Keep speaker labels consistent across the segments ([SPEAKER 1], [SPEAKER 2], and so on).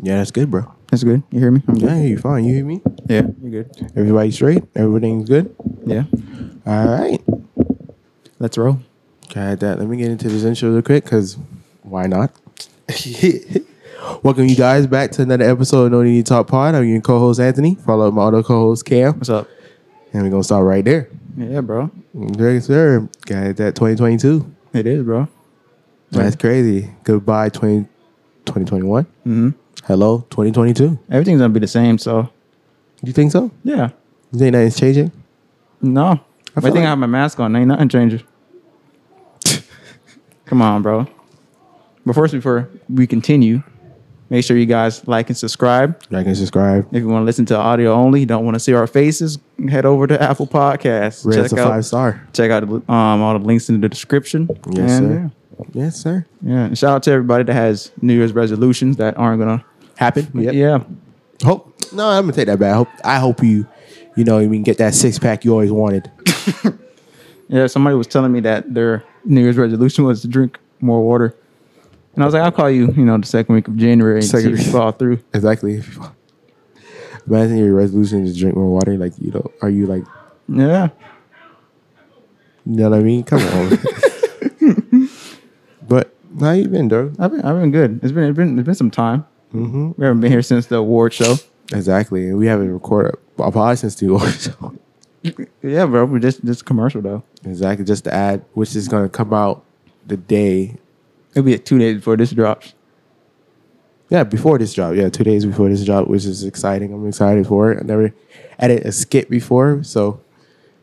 [SPEAKER 1] Yeah, that's good, bro.
[SPEAKER 2] That's good. You hear me? I'm
[SPEAKER 1] Yeah,
[SPEAKER 2] good.
[SPEAKER 1] you fine. You hear me?
[SPEAKER 2] Yeah, you're good.
[SPEAKER 1] Everybody straight? Everything's good?
[SPEAKER 2] Yeah.
[SPEAKER 1] All right.
[SPEAKER 2] Let's roll.
[SPEAKER 1] Okay, I had that. Let me get into this intro real quick, because why not? Welcome you guys back to another episode of No Need to Talk Pod. I'm your co-host Anthony, followed by my other co-host Cam.
[SPEAKER 2] What's up?
[SPEAKER 1] And we're gonna start right there.
[SPEAKER 2] Yeah, bro.
[SPEAKER 1] Yes, sir. Got that 2022.
[SPEAKER 2] It is, bro.
[SPEAKER 1] That's crazy. Goodbye 20, 2021.
[SPEAKER 2] hmm
[SPEAKER 1] Hello 2022.
[SPEAKER 2] Everything's gonna be the same. So
[SPEAKER 1] You think so?
[SPEAKER 2] yeah.
[SPEAKER 1] You think nothing's changing?
[SPEAKER 2] No.
[SPEAKER 1] feel
[SPEAKER 2] I, think
[SPEAKER 1] like-
[SPEAKER 2] I have my mask on. Ain't nothing changes. Come on, bro. But first, before we continue, make sure you guys like and subscribe.
[SPEAKER 1] Like and subscribe.
[SPEAKER 2] If you want to listen to audio only, you don't want to see our faces, head over to Apple Podcasts.
[SPEAKER 1] Red's a
[SPEAKER 2] check out
[SPEAKER 1] five star.
[SPEAKER 2] check out um, all the links in the description.
[SPEAKER 1] Yes,
[SPEAKER 2] And,
[SPEAKER 1] sir. Yes, sir.
[SPEAKER 2] Yeah. yeah. And shout out to everybody that has New Year's resolutions that aren't gonna
[SPEAKER 1] Happen. Yep.
[SPEAKER 2] Yeah.
[SPEAKER 1] Hope. No, I'm gonna take that back. I hope. I hope you. You know, you can get that six pack you always wanted.
[SPEAKER 2] Yeah, somebody was telling me that their New Year's resolution was to drink more water. And I was like, I'll call you, you know, the second week of January and
[SPEAKER 1] Second
[SPEAKER 2] see if you
[SPEAKER 1] week.
[SPEAKER 2] fall through.
[SPEAKER 1] Exactly. Imagine your resolution is drink more water. Like you know, are you like,
[SPEAKER 2] Yeah.
[SPEAKER 1] you know what I mean? Come on. but how you been, though?
[SPEAKER 2] I've been I've been good. It's been it's been it's been some time. Mm-hmm. We haven't been here since the award show.
[SPEAKER 1] Exactly. And we haven't recorded a pod since the award show.
[SPEAKER 2] Yeah, bro. We just this commercial though.
[SPEAKER 1] Exactly. Just to add, which is gonna come out the day.
[SPEAKER 2] It'll be two days before this drops.
[SPEAKER 1] Yeah, before this drop. Yeah, two days before this drop, which is exciting. I'm excited for it. I never edited a skit before, so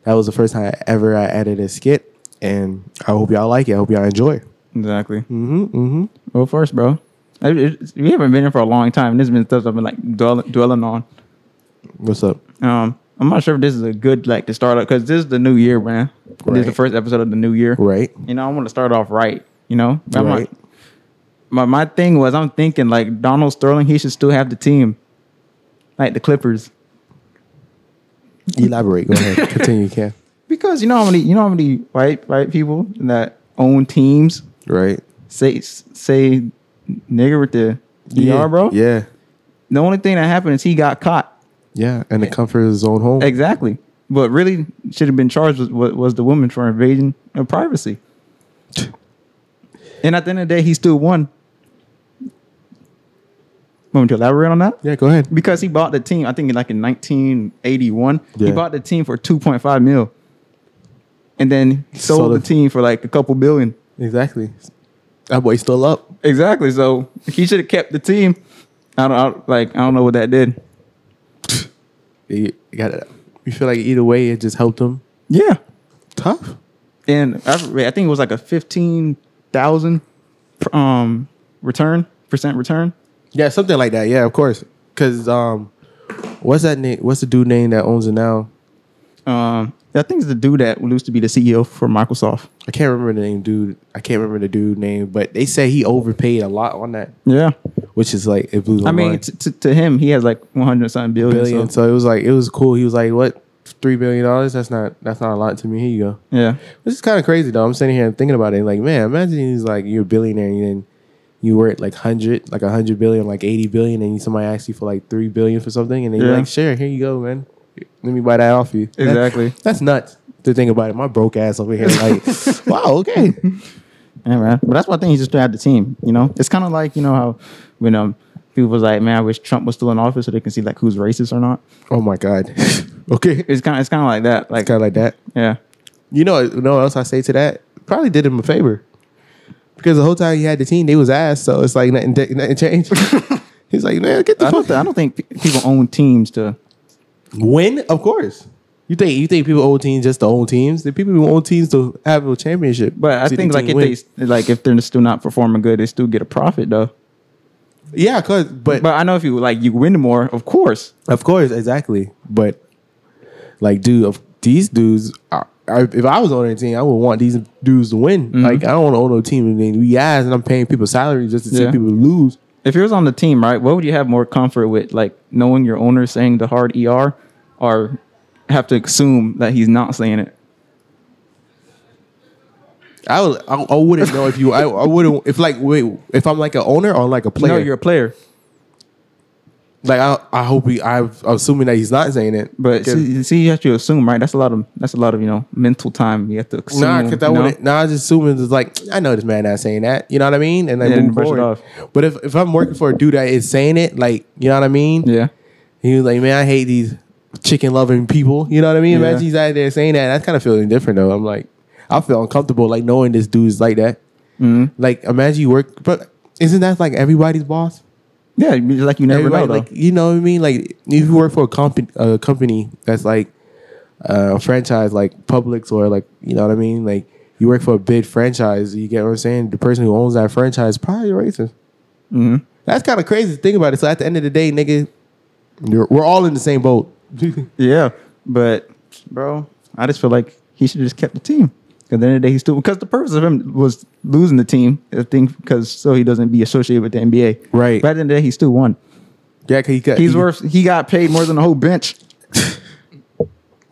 [SPEAKER 1] that was the first time I ever I edited a skit, and I hope y'all like it. I hope y'all enjoy. it.
[SPEAKER 2] Exactly. Mm-hmm. Mm-hmm. Well, first, bro. I, it, we haven't been here for a long time. This has been stuff I've been like dwelling, dwelling on.
[SPEAKER 1] What's up?
[SPEAKER 2] Um, I'm not sure if this is a good like to start up because this is the new year, man. This is the
[SPEAKER 1] Right.
[SPEAKER 2] first episode of the new year.
[SPEAKER 1] Right.
[SPEAKER 2] You know, I want to start off right. You know, I'm not-
[SPEAKER 1] Right.
[SPEAKER 2] my my thing was I'm thinking like Donald Sterling, he should still have the team, like the Clippers,
[SPEAKER 1] Elaborate. Go ahead. Continue, Cam.
[SPEAKER 2] because you know how many you know how many white white people that own teams
[SPEAKER 1] Right.
[SPEAKER 2] say say nigger with the
[SPEAKER 1] yeah,
[SPEAKER 2] DR, bro.
[SPEAKER 1] Yeah.
[SPEAKER 2] The only thing that happened is he got caught.
[SPEAKER 1] Yeah. And the comfort of his own home.
[SPEAKER 2] Exactly. But really should have been charged was, was, was the woman for invasion of privacy. and at the end of the day, he still won. Want me to elaborate on that?
[SPEAKER 1] yeah. Go ahead.
[SPEAKER 2] Because he bought the team, I think in like in 1981, he
[SPEAKER 1] Yeah.
[SPEAKER 2] bought the team for 2.5 mil. And then sold,
[SPEAKER 1] Sold
[SPEAKER 2] the
[SPEAKER 1] it.
[SPEAKER 2] team for like a couple billion.
[SPEAKER 1] Exactly. That boy's still up.
[SPEAKER 2] Exactly. So he should have kept the team. I don't I, don't- like. I don't know what that did.
[SPEAKER 1] You got it. You feel like either way, it just helped him.
[SPEAKER 2] Yeah.
[SPEAKER 1] Tough.
[SPEAKER 2] and I, I think it was like a fifteen thousand um return percent return.
[SPEAKER 1] Yeah, something like that. Yeah, of course. Cause um, what's that name? What's the dude name that owns it now?
[SPEAKER 2] Um, I think it's the dude that used to be the CEO for Microsoft.
[SPEAKER 1] I can't remember the name, dude. I can't remember the dude name, but they said he overpaid a lot on that,
[SPEAKER 2] Yeah,
[SPEAKER 1] which is like it blew my
[SPEAKER 2] I mean,
[SPEAKER 1] mind.
[SPEAKER 2] t- t- to him, he has like one hundred something billion.
[SPEAKER 1] billion.
[SPEAKER 2] so-
[SPEAKER 1] So it was like it was cool. He was like, "What, three billion dollars? That's not that's not a lot to me." Here you go.
[SPEAKER 2] yeah,
[SPEAKER 1] This is kind of crazy though. I'm sitting here and thinking about it. Like, man, imagine he's like you're a billionaire and then you were at like hundred, like hundred billion, like eighty billion, and somebody asks you for like three billion for something, and then you're
[SPEAKER 2] Yeah.
[SPEAKER 1] like, sure, here you go, man. Let me buy that off you. That-
[SPEAKER 2] Exactly.
[SPEAKER 1] that's nuts to think about it. My broke ass over here, like, wow, okay.
[SPEAKER 2] yeah, man. But that's one thing. He just had the team. You know, it's kind of like you know how when um people was like, man, I wish Trump was still in office so they can see like who's racist or not.
[SPEAKER 1] Oh my god. okay,
[SPEAKER 2] It's kind. It's kind of like that. Like,
[SPEAKER 1] kind of like that.
[SPEAKER 2] yeah,
[SPEAKER 1] You know, you know what else I say to that? Probably did him a favor because the whole time he had the team, they was ass, so it's like nothing, nothing changed. He's like, man, get the
[SPEAKER 2] I
[SPEAKER 1] fuck
[SPEAKER 2] don't. Th- I don't think pe- people own teams to.
[SPEAKER 1] Win, of course. You think you think people own teams just to own teams? The people who own teams to have a championship.
[SPEAKER 2] But I
[SPEAKER 1] See the
[SPEAKER 2] think like
[SPEAKER 1] team
[SPEAKER 2] if
[SPEAKER 1] win.
[SPEAKER 2] they like if they're still not performing good, they still get a profit though.
[SPEAKER 1] yeah, cause but,
[SPEAKER 2] But I know if you like you win more, of course.
[SPEAKER 1] of course, exactly. But like, dude, of these dudes, are, are, if I was on a team, I would want these dudes to win.
[SPEAKER 2] Mm-hmm.
[SPEAKER 1] Like, I don't want to own no team and then we guys and I'm paying people salaries just to see
[SPEAKER 2] Yeah.
[SPEAKER 1] people lose.
[SPEAKER 2] If you was on the team, right, what would you have more comfort with, like knowing your owner saying the hard ER, or have to assume that he's not saying it?
[SPEAKER 1] I would, I, I wouldn't know if you, I, I wouldn't if like wait, if I'm like an owner or like a player.
[SPEAKER 2] No, you're a player.
[SPEAKER 1] Like I, I hope he. I, I'm assuming that he's not saying it,
[SPEAKER 2] But
[SPEAKER 1] 'cause-
[SPEAKER 2] see, see, you have to assume, right? That's a lot of that's a lot of you know mental time you have to assume.
[SPEAKER 1] Nah, because I
[SPEAKER 2] you know?
[SPEAKER 1] wouldn't. Nah, I was just assuming it's like I know this man not saying that. You know what I mean? And then
[SPEAKER 2] Yeah,
[SPEAKER 1] move
[SPEAKER 2] brush it
[SPEAKER 1] forward.
[SPEAKER 2] off.
[SPEAKER 1] But if, if I'm working for a dude that is saying it, like you know what I mean?
[SPEAKER 2] Yeah,
[SPEAKER 1] He was like, man, I hate these chicken loving people. You know what I mean?
[SPEAKER 2] Yeah.
[SPEAKER 1] Imagine he's out there saying that. That's kind of feeling different though. I'm like, I feel uncomfortable like knowing this dude's like that.
[SPEAKER 2] Mm-hmm.
[SPEAKER 1] Like imagine you work, but isn't that like everybody's boss?
[SPEAKER 2] yeah. you- Like you never
[SPEAKER 1] Everybody,
[SPEAKER 2] know,
[SPEAKER 1] like you know what I mean? Like if you work for a company, a company that's like uh, a franchise, like Publix or like you know what I mean? Like you work for a big franchise, you get what I'm saying? The person who owns that franchise is probably a racist.
[SPEAKER 2] hmm
[SPEAKER 1] That's kind of crazy to think about it. So at the end of the day, nigga, you're, we're all in the same boat.
[SPEAKER 2] Yeah, but bro, I just feel like he should have just kept the team. At the end of the day, he still because the purpose of him was losing the team. I think because so he doesn't be associated with the NBA.
[SPEAKER 1] Right.
[SPEAKER 2] But at the end of the day, he still won.
[SPEAKER 1] yeah, 'cause he got,
[SPEAKER 2] He's
[SPEAKER 1] he-
[SPEAKER 2] worth. He got paid more than the whole bench.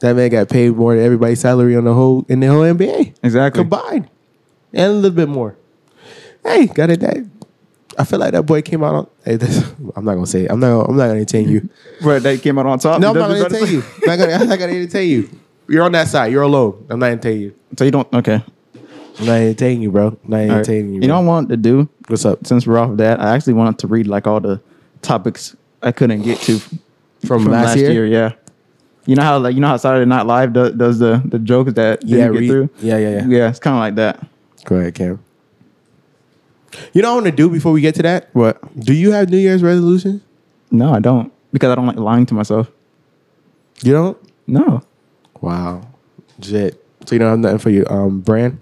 [SPEAKER 1] That man got paid more than everybody's salary on the whole in the whole NBA
[SPEAKER 2] Exactly.
[SPEAKER 1] combined, and a little bit more. Hey, got it. That I feel like that boy came out on. Hey, that's, I'm not gonna say. It. I'm not. I'm not gonna entertain you.
[SPEAKER 2] But they came out on top.
[SPEAKER 1] No, I'm not gonna
[SPEAKER 2] That's what
[SPEAKER 1] entertain
[SPEAKER 2] I'm
[SPEAKER 1] you. I'm not gonna. I'm not gonna entertain you. You're on that side. You're alone. I'm not entertaining you.
[SPEAKER 2] So you don't. Okay.
[SPEAKER 1] I'm not entertaining you, bro. I'm not
[SPEAKER 2] All right.
[SPEAKER 1] entertaining you.
[SPEAKER 2] You know what I wanted to do
[SPEAKER 1] what's up
[SPEAKER 2] since we're off that. I actually wanted to read like all the topics I couldn't get to from,
[SPEAKER 1] from, last, year?
[SPEAKER 2] Yeah. You know how like you know how Saturday Night Live does, does the the jokes that
[SPEAKER 1] Yeah,
[SPEAKER 2] didn't get
[SPEAKER 1] read-
[SPEAKER 2] through.
[SPEAKER 1] yeah, yeah, yeah.
[SPEAKER 2] Yeah, it's kind of like that.
[SPEAKER 1] Go ahead, Cam. You know what I want to do before we get to that?
[SPEAKER 2] What?
[SPEAKER 1] Do you have New Year's resolution?
[SPEAKER 2] No, I don't because I don't like lying to myself.
[SPEAKER 1] You don't.
[SPEAKER 2] No,
[SPEAKER 1] Wow. Shit. So you don't have nothing for your um brand?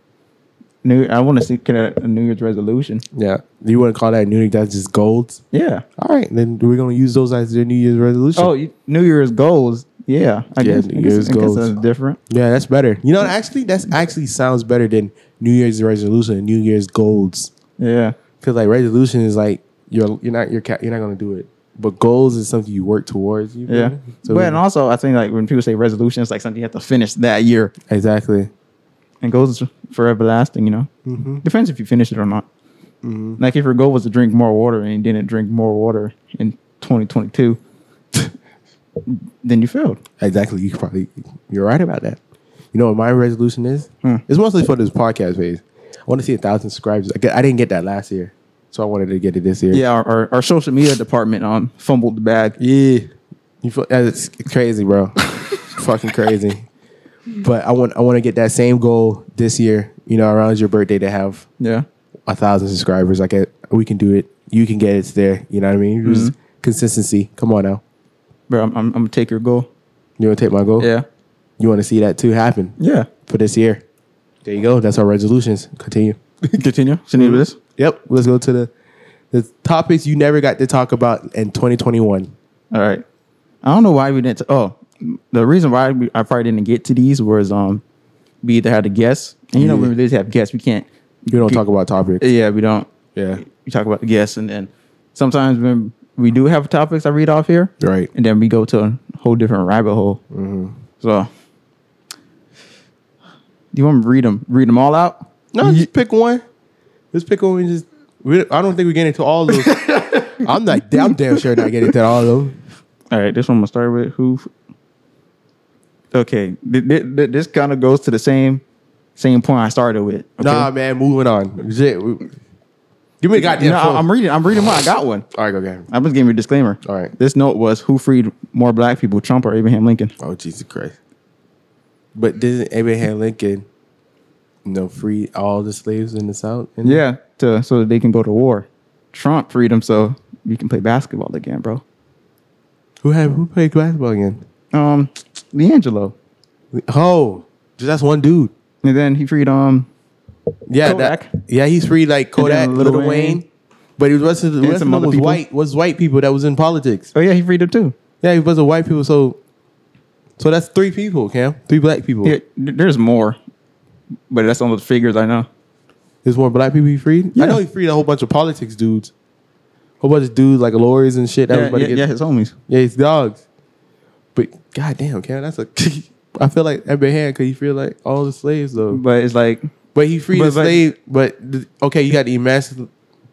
[SPEAKER 2] new. I want to see can I- a New Year's resolution.
[SPEAKER 1] Yeah. You wouldn't call that new that's just goals?
[SPEAKER 2] Yeah.
[SPEAKER 1] All right. Then we're gonna use those as your New Year's resolution.
[SPEAKER 2] Oh, you, New Year's goals. Yeah, I
[SPEAKER 1] Yeah,
[SPEAKER 2] guess.
[SPEAKER 1] New
[SPEAKER 2] I guess-
[SPEAKER 1] Year's
[SPEAKER 2] I guess
[SPEAKER 1] goals.
[SPEAKER 2] that's different.
[SPEAKER 1] yeah, that's better. You know, actually that's actually sounds better than New Year's resolution and New Year's goals.
[SPEAKER 2] Yeah.
[SPEAKER 1] Because like resolution is like you're you're not you're ca- you're not gonna do it. But goals is something you work towards. You feel
[SPEAKER 2] Yeah.
[SPEAKER 1] me?
[SPEAKER 2] but and also, I think like when people say resolution, it's like something you have to finish that year
[SPEAKER 1] exactly.
[SPEAKER 2] and goals is forever lasting, you know? Depends if you finish it or not. Like if your goal was to drink more water and you didn't drink more water in 2022, then you failed.
[SPEAKER 1] Exactly. You probably you're right about that. You know what my resolution is?
[SPEAKER 2] Hmm.
[SPEAKER 1] It's mostly for this podcast phase. I want to see a thousand subscribers. I, get, I didn't get that last year, so I wanted to get it this year.
[SPEAKER 2] Yeah, our, our, our social media department um fumbled the bag.
[SPEAKER 1] yeah. You feel, that's crazy, bro. Fucking crazy. But I want I want to get that same goal this year. You know, around your birthday to have
[SPEAKER 2] Yeah.
[SPEAKER 1] a thousand subscribers. I get we can do it. You can get it there. You know what I mean? Just
[SPEAKER 2] Mm-hmm.
[SPEAKER 1] consistency. Come on now.
[SPEAKER 2] Bro, I'm, I'm, I'm gonna take your goal.
[SPEAKER 1] You want to take my goal?
[SPEAKER 2] Yeah.
[SPEAKER 1] You want to see that too happen
[SPEAKER 2] Yeah.
[SPEAKER 1] for this year? There you go. That's our resolutions. Continue.
[SPEAKER 2] Continue. Continue with this.
[SPEAKER 1] Yep. Let's go to the the topics you never got to talk about in 2021.
[SPEAKER 2] All right. I don't know why we didn't. oh, the reason why we, I probably didn't get to these was um, we either had to guess, and you know
[SPEAKER 1] Yeah.
[SPEAKER 2] when we just have guests, we can't.
[SPEAKER 1] You don't talk about topics.
[SPEAKER 2] Yeah, we don't.
[SPEAKER 1] Yeah.
[SPEAKER 2] We talk about the guests, and then sometimes when we do have topics, I read off here,
[SPEAKER 1] Right.
[SPEAKER 2] and then we go to a whole different rabbit hole.
[SPEAKER 1] Mm-hmm.
[SPEAKER 2] So, do you want me to read them? Read them all out?
[SPEAKER 1] No, just pick one. Let's pick one. And just we, I don't think we get into all of those. I'm not. I'm damn sure not getting into all of them.
[SPEAKER 2] All right, this one I'm gonna start with who. Okay, th- th- th- this kind of goes to the same same point I started with. Okay?
[SPEAKER 1] Nah, man. Moving on. Shit. we- Give me a goddamn.
[SPEAKER 2] no,
[SPEAKER 1] phone.
[SPEAKER 2] I- I'm reading. I'm reading one. I got one.
[SPEAKER 1] all right, go get
[SPEAKER 2] I'm just giving you a disclaimer.
[SPEAKER 1] All right.
[SPEAKER 2] This note was who freed more black people, Trump or Abraham Lincoln?
[SPEAKER 1] Oh Jesus Christ! But didn't Abraham Lincoln, you know, free all the slaves in the South? And
[SPEAKER 2] Yeah, to so that they can go to war. Trump freed them so you can play basketball again, bro.
[SPEAKER 1] Who had who played basketball again?
[SPEAKER 2] Um, D'Angelo,
[SPEAKER 1] Oh, just that's one dude.
[SPEAKER 2] and then he freed um
[SPEAKER 1] Yeah,
[SPEAKER 2] Kodak.
[SPEAKER 1] That, yeah, he's free like Kodak,
[SPEAKER 2] Lil
[SPEAKER 1] Lil,
[SPEAKER 2] Wayne.
[SPEAKER 1] Wayne. But it was the rest of
[SPEAKER 2] some
[SPEAKER 1] them
[SPEAKER 2] other
[SPEAKER 1] was
[SPEAKER 2] people.
[SPEAKER 1] white was white people that was in politics.
[SPEAKER 2] oh yeah he freed them too.
[SPEAKER 1] Yeah, it was a white people. So, so that's three people, Cam. Three black people.
[SPEAKER 2] Yeah, th- there's more, but that's on the figures I know.
[SPEAKER 1] There's more black people he freed.
[SPEAKER 2] Yeah.
[SPEAKER 1] I know he freed a whole bunch of politics dudes, whole bunch of dudes like lawyers and shit.
[SPEAKER 2] Yeah,
[SPEAKER 1] everybody
[SPEAKER 2] yeah,
[SPEAKER 1] gets-
[SPEAKER 2] yeah, his homies.
[SPEAKER 1] Yeah, it's dogs. But goddamn, Cam, that's a. I feel like Abraham because he feel like all the slaves though.
[SPEAKER 2] But it's like
[SPEAKER 1] But he freed
[SPEAKER 2] But-
[SPEAKER 1] a
[SPEAKER 2] but-
[SPEAKER 1] slave. But th- okay, you got to emasculate.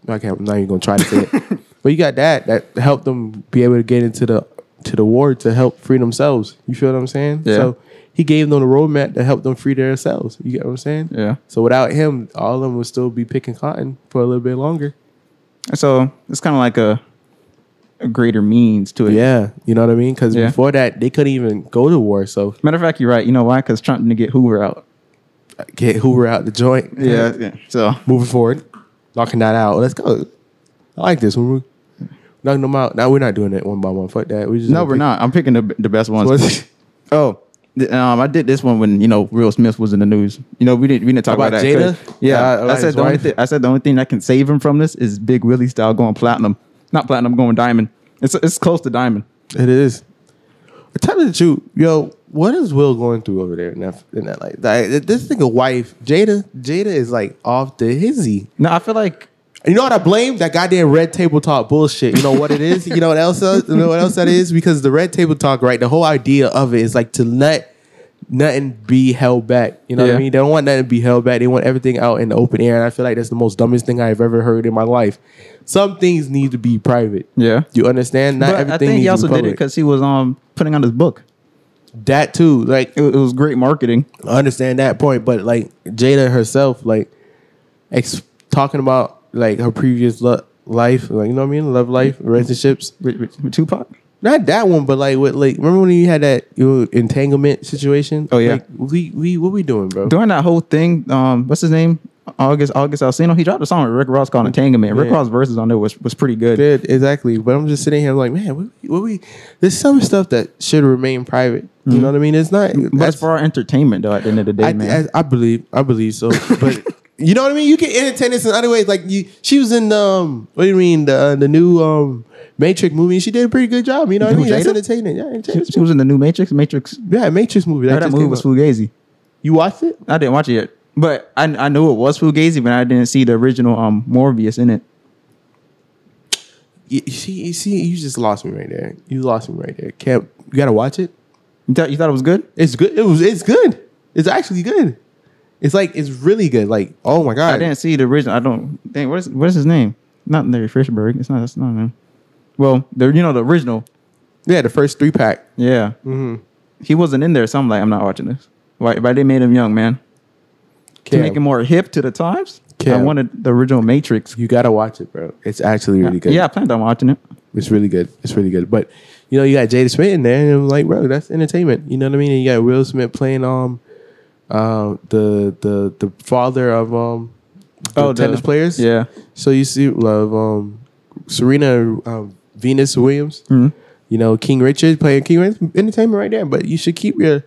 [SPEAKER 1] Okay, I'm not even gonna try to say it. But you got that that helped them be able to get into the to the war to help free themselves. You feel what I'm saying?
[SPEAKER 2] Yeah.
[SPEAKER 1] So he gave them the roadmap to help them free themselves. You get what I'm saying?
[SPEAKER 2] Yeah.
[SPEAKER 1] So without him, all of them would still be picking cotton for a little bit longer.
[SPEAKER 2] And so it's kind of like a, a greater means to it.
[SPEAKER 1] Yeah, you know what I mean? Because
[SPEAKER 2] Yeah.
[SPEAKER 1] before that, they couldn't even go to war. So
[SPEAKER 2] Matter of fact, you're right. You know why? Because Trump didn't get Hoover out.
[SPEAKER 1] get Hoover out the joint.
[SPEAKER 2] yeah. So
[SPEAKER 1] Moving forward, knocking that out. Let's go. I like this one. We- Knocking them out. Now we're not doing it one by one. Fuck that. We just
[SPEAKER 2] no, we're not. I'm picking the the best ones. Oh, th- um, I did this one when you know Will Smith was in the news. You know, we didn't we didn't talk about,
[SPEAKER 1] About
[SPEAKER 2] that. 'cause-
[SPEAKER 1] Jada?
[SPEAKER 2] Yeah,
[SPEAKER 1] Yeah,
[SPEAKER 2] I,
[SPEAKER 1] about
[SPEAKER 2] said
[SPEAKER 1] his
[SPEAKER 2] the only
[SPEAKER 1] wife.
[SPEAKER 2] thi- I said the only thing that can save him from this is Big Willie style going platinum. Not platinum, going diamond. It's it's close to diamond.
[SPEAKER 1] It is. But Tell me the truth, yo. What is Will going through over there in that, in that like, like this nigga wife Jada? Jada is like off the hizzy.
[SPEAKER 2] No, I feel like
[SPEAKER 1] You know what I blame? That goddamn red table talk bullshit. You know what it is? you know what else? uh, You know what else that is? Because the red table talk, right? The whole idea of it is like to let nothing be held back. You know what
[SPEAKER 2] Yeah.
[SPEAKER 1] I mean? They don't want nothing to be held back. They want everything out in the open air. And I feel like that's the most dumbest thing I've ever heard in my life. Some things need to be private.
[SPEAKER 2] yeah.
[SPEAKER 1] You understand? Not
[SPEAKER 2] But
[SPEAKER 1] everything
[SPEAKER 2] I think
[SPEAKER 1] needs
[SPEAKER 2] he also
[SPEAKER 1] to be
[SPEAKER 2] did it
[SPEAKER 1] public.
[SPEAKER 2] because he was um putting out his book.
[SPEAKER 1] that too, like
[SPEAKER 2] It, wa- it was great marketing.
[SPEAKER 1] I understand that point, but like Jada herself, like ex- talking about like her previous lo- life, like you know what I mean, love life, relationships.
[SPEAKER 2] With, with, with Tupac?
[SPEAKER 1] Not that one, but like with like remember when you had that your entanglement situation?
[SPEAKER 2] Oh, yeah.
[SPEAKER 1] like, we we what we doing, bro?
[SPEAKER 2] During that whole thing, um, what's his name? August August Alsino. He dropped a song with Rick Ross called Entanglement. Rick
[SPEAKER 1] Yeah.
[SPEAKER 2] Ross verses on there was was pretty good.
[SPEAKER 1] Yeah, exactly. But I'm just sitting here, I'm like, man, what, what we? There's some stuff that should remain private. You know what I mean? It's not.
[SPEAKER 2] Mm-hmm. But it's
[SPEAKER 1] that's-
[SPEAKER 2] for our entertainment, though. At the end of the day,
[SPEAKER 1] I,
[SPEAKER 2] man.
[SPEAKER 1] I, I believe I believe so, but you know what I mean. You can entertain this in other ways. Like you, she was in um, what do you mean the uh, the new um Matrix movie? She did a pretty good job. You know what I
[SPEAKER 2] Who,
[SPEAKER 1] mean? That's
[SPEAKER 2] Jada?
[SPEAKER 1] entertaining. Yeah,
[SPEAKER 2] She,
[SPEAKER 1] entertaining.
[SPEAKER 2] she was in the new Matrix. Matrix.
[SPEAKER 1] yeah, Matrix movie. That,
[SPEAKER 2] That, that
[SPEAKER 1] just
[SPEAKER 2] movie
[SPEAKER 1] came out.
[SPEAKER 2] was Fugazi.
[SPEAKER 1] You watched it?
[SPEAKER 2] I didn't watch it yet, but I I knew it was Fugazi, but I didn't see the original um Morbius in it.
[SPEAKER 1] You, you see, you see, you just lost me right there. You lost me right there. Can't you gotta watch it?
[SPEAKER 2] You thought you thought it was good?
[SPEAKER 1] It's good. It was. It's good. It's actually good. It's like it's really good. Like oh my god,
[SPEAKER 2] I didn't see the original. I don't. Dang, what is what is his name? Not Larry Fishburne. It's not. That's not him. Well, the you know the original.
[SPEAKER 1] yeah, the first three pack.
[SPEAKER 2] Yeah.
[SPEAKER 1] Mm-hmm.
[SPEAKER 2] He wasn't in there, so I'm like, I'm not watching this. Why? Why they made him young, man? To
[SPEAKER 1] Cam,
[SPEAKER 2] make him more hip to the times. I
[SPEAKER 1] Cam.
[SPEAKER 2] wanted the original Matrix.
[SPEAKER 1] you gotta watch it, bro. It's actually really good.
[SPEAKER 2] Yeah, I planned on watching it.
[SPEAKER 1] It's really good. It's really good. But you know, you got Jada Smith in there, and I'm like, bro, that's entertainment. You know what I mean? And you got Will Smith playing um, uh, the the the father of um, the
[SPEAKER 2] Oh, the-
[SPEAKER 1] tennis players.
[SPEAKER 2] Yeah.
[SPEAKER 1] So you see, love um, Serena um, Venus Williams.
[SPEAKER 2] Mm-hmm.
[SPEAKER 1] You know, King Richard playing King Richard. Entertainment right there. But you should keep your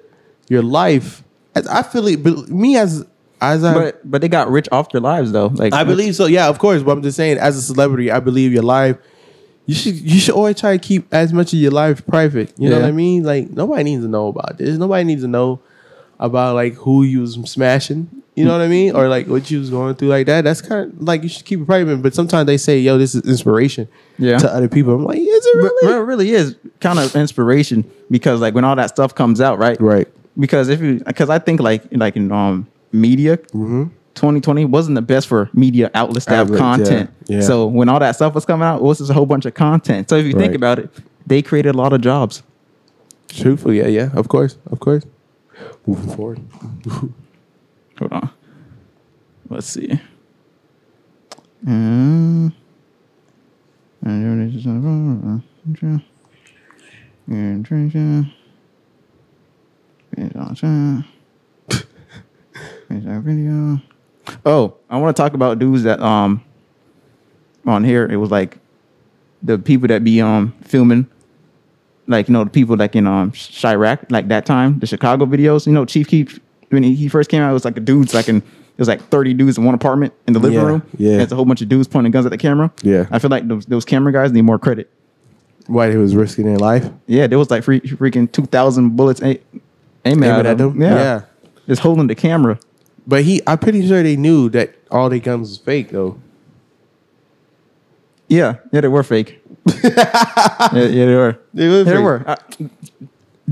[SPEAKER 1] your life. As I feel it, but me as as I
[SPEAKER 2] But but they got rich off their lives though. Like
[SPEAKER 1] I believe so. Yeah, of course. But I'm just saying, as a celebrity, I believe your life. You should you should always try to keep as much of your life private. You know
[SPEAKER 2] Yeah.
[SPEAKER 1] what I mean? Like nobody needs to know about this. Nobody needs to know about like who you was smashing. You know what I mean? Or like what you was going through like that. That's kind of like you should keep it private. But sometimes they say, "Yo, this is inspiration."
[SPEAKER 2] Yeah.
[SPEAKER 1] To other people, I'm like, is it
[SPEAKER 2] But-
[SPEAKER 1] really?
[SPEAKER 2] but it really is kind of inspiration because like when all that stuff comes out, right?
[SPEAKER 1] Right.
[SPEAKER 2] Because if you because I think like like in um media. 2020 wasn't the best for media outlets to have
[SPEAKER 1] Mm-hmm. Outlets, yeah,
[SPEAKER 2] content.
[SPEAKER 1] yeah.
[SPEAKER 2] So when all that stuff was coming out, it was just a whole bunch of content. So if you think
[SPEAKER 1] Right.
[SPEAKER 2] about it, they created a lot of jobs.
[SPEAKER 1] Truthfully, yeah, yeah. Of course, of course. Moving forward.
[SPEAKER 2] Hold on. Let's see. Um, Oh, Oh, I want to talk about dudes that um on here. It was like the people that be um filming, like you know the people like in um Chirac, like that time the Chicago videos. You know Chief Keef when he- he first came out, it was like a dudes like in it was like thirty dudes in one apartment in the living
[SPEAKER 1] Yeah,
[SPEAKER 2] room.
[SPEAKER 1] yeah.
[SPEAKER 2] it's a whole bunch of dudes pointing guns at the camera.
[SPEAKER 1] Yeah.
[SPEAKER 2] I feel like those, those camera guys need more credit.
[SPEAKER 1] Why they was risking their life?
[SPEAKER 2] Yeah, there was like free, freaking two thousand bullets a- aiming
[SPEAKER 1] Aiming
[SPEAKER 2] at,
[SPEAKER 1] at
[SPEAKER 2] them.
[SPEAKER 1] them?
[SPEAKER 2] Yeah.
[SPEAKER 1] Yeah.
[SPEAKER 2] just holding the camera.
[SPEAKER 1] But he, I'm pretty sure they knew that all their guns was fake though.
[SPEAKER 2] Yeah, yeah, they were fake. yeah, yeah, they were.
[SPEAKER 1] They were
[SPEAKER 2] Yeah,
[SPEAKER 1] fake.
[SPEAKER 2] I,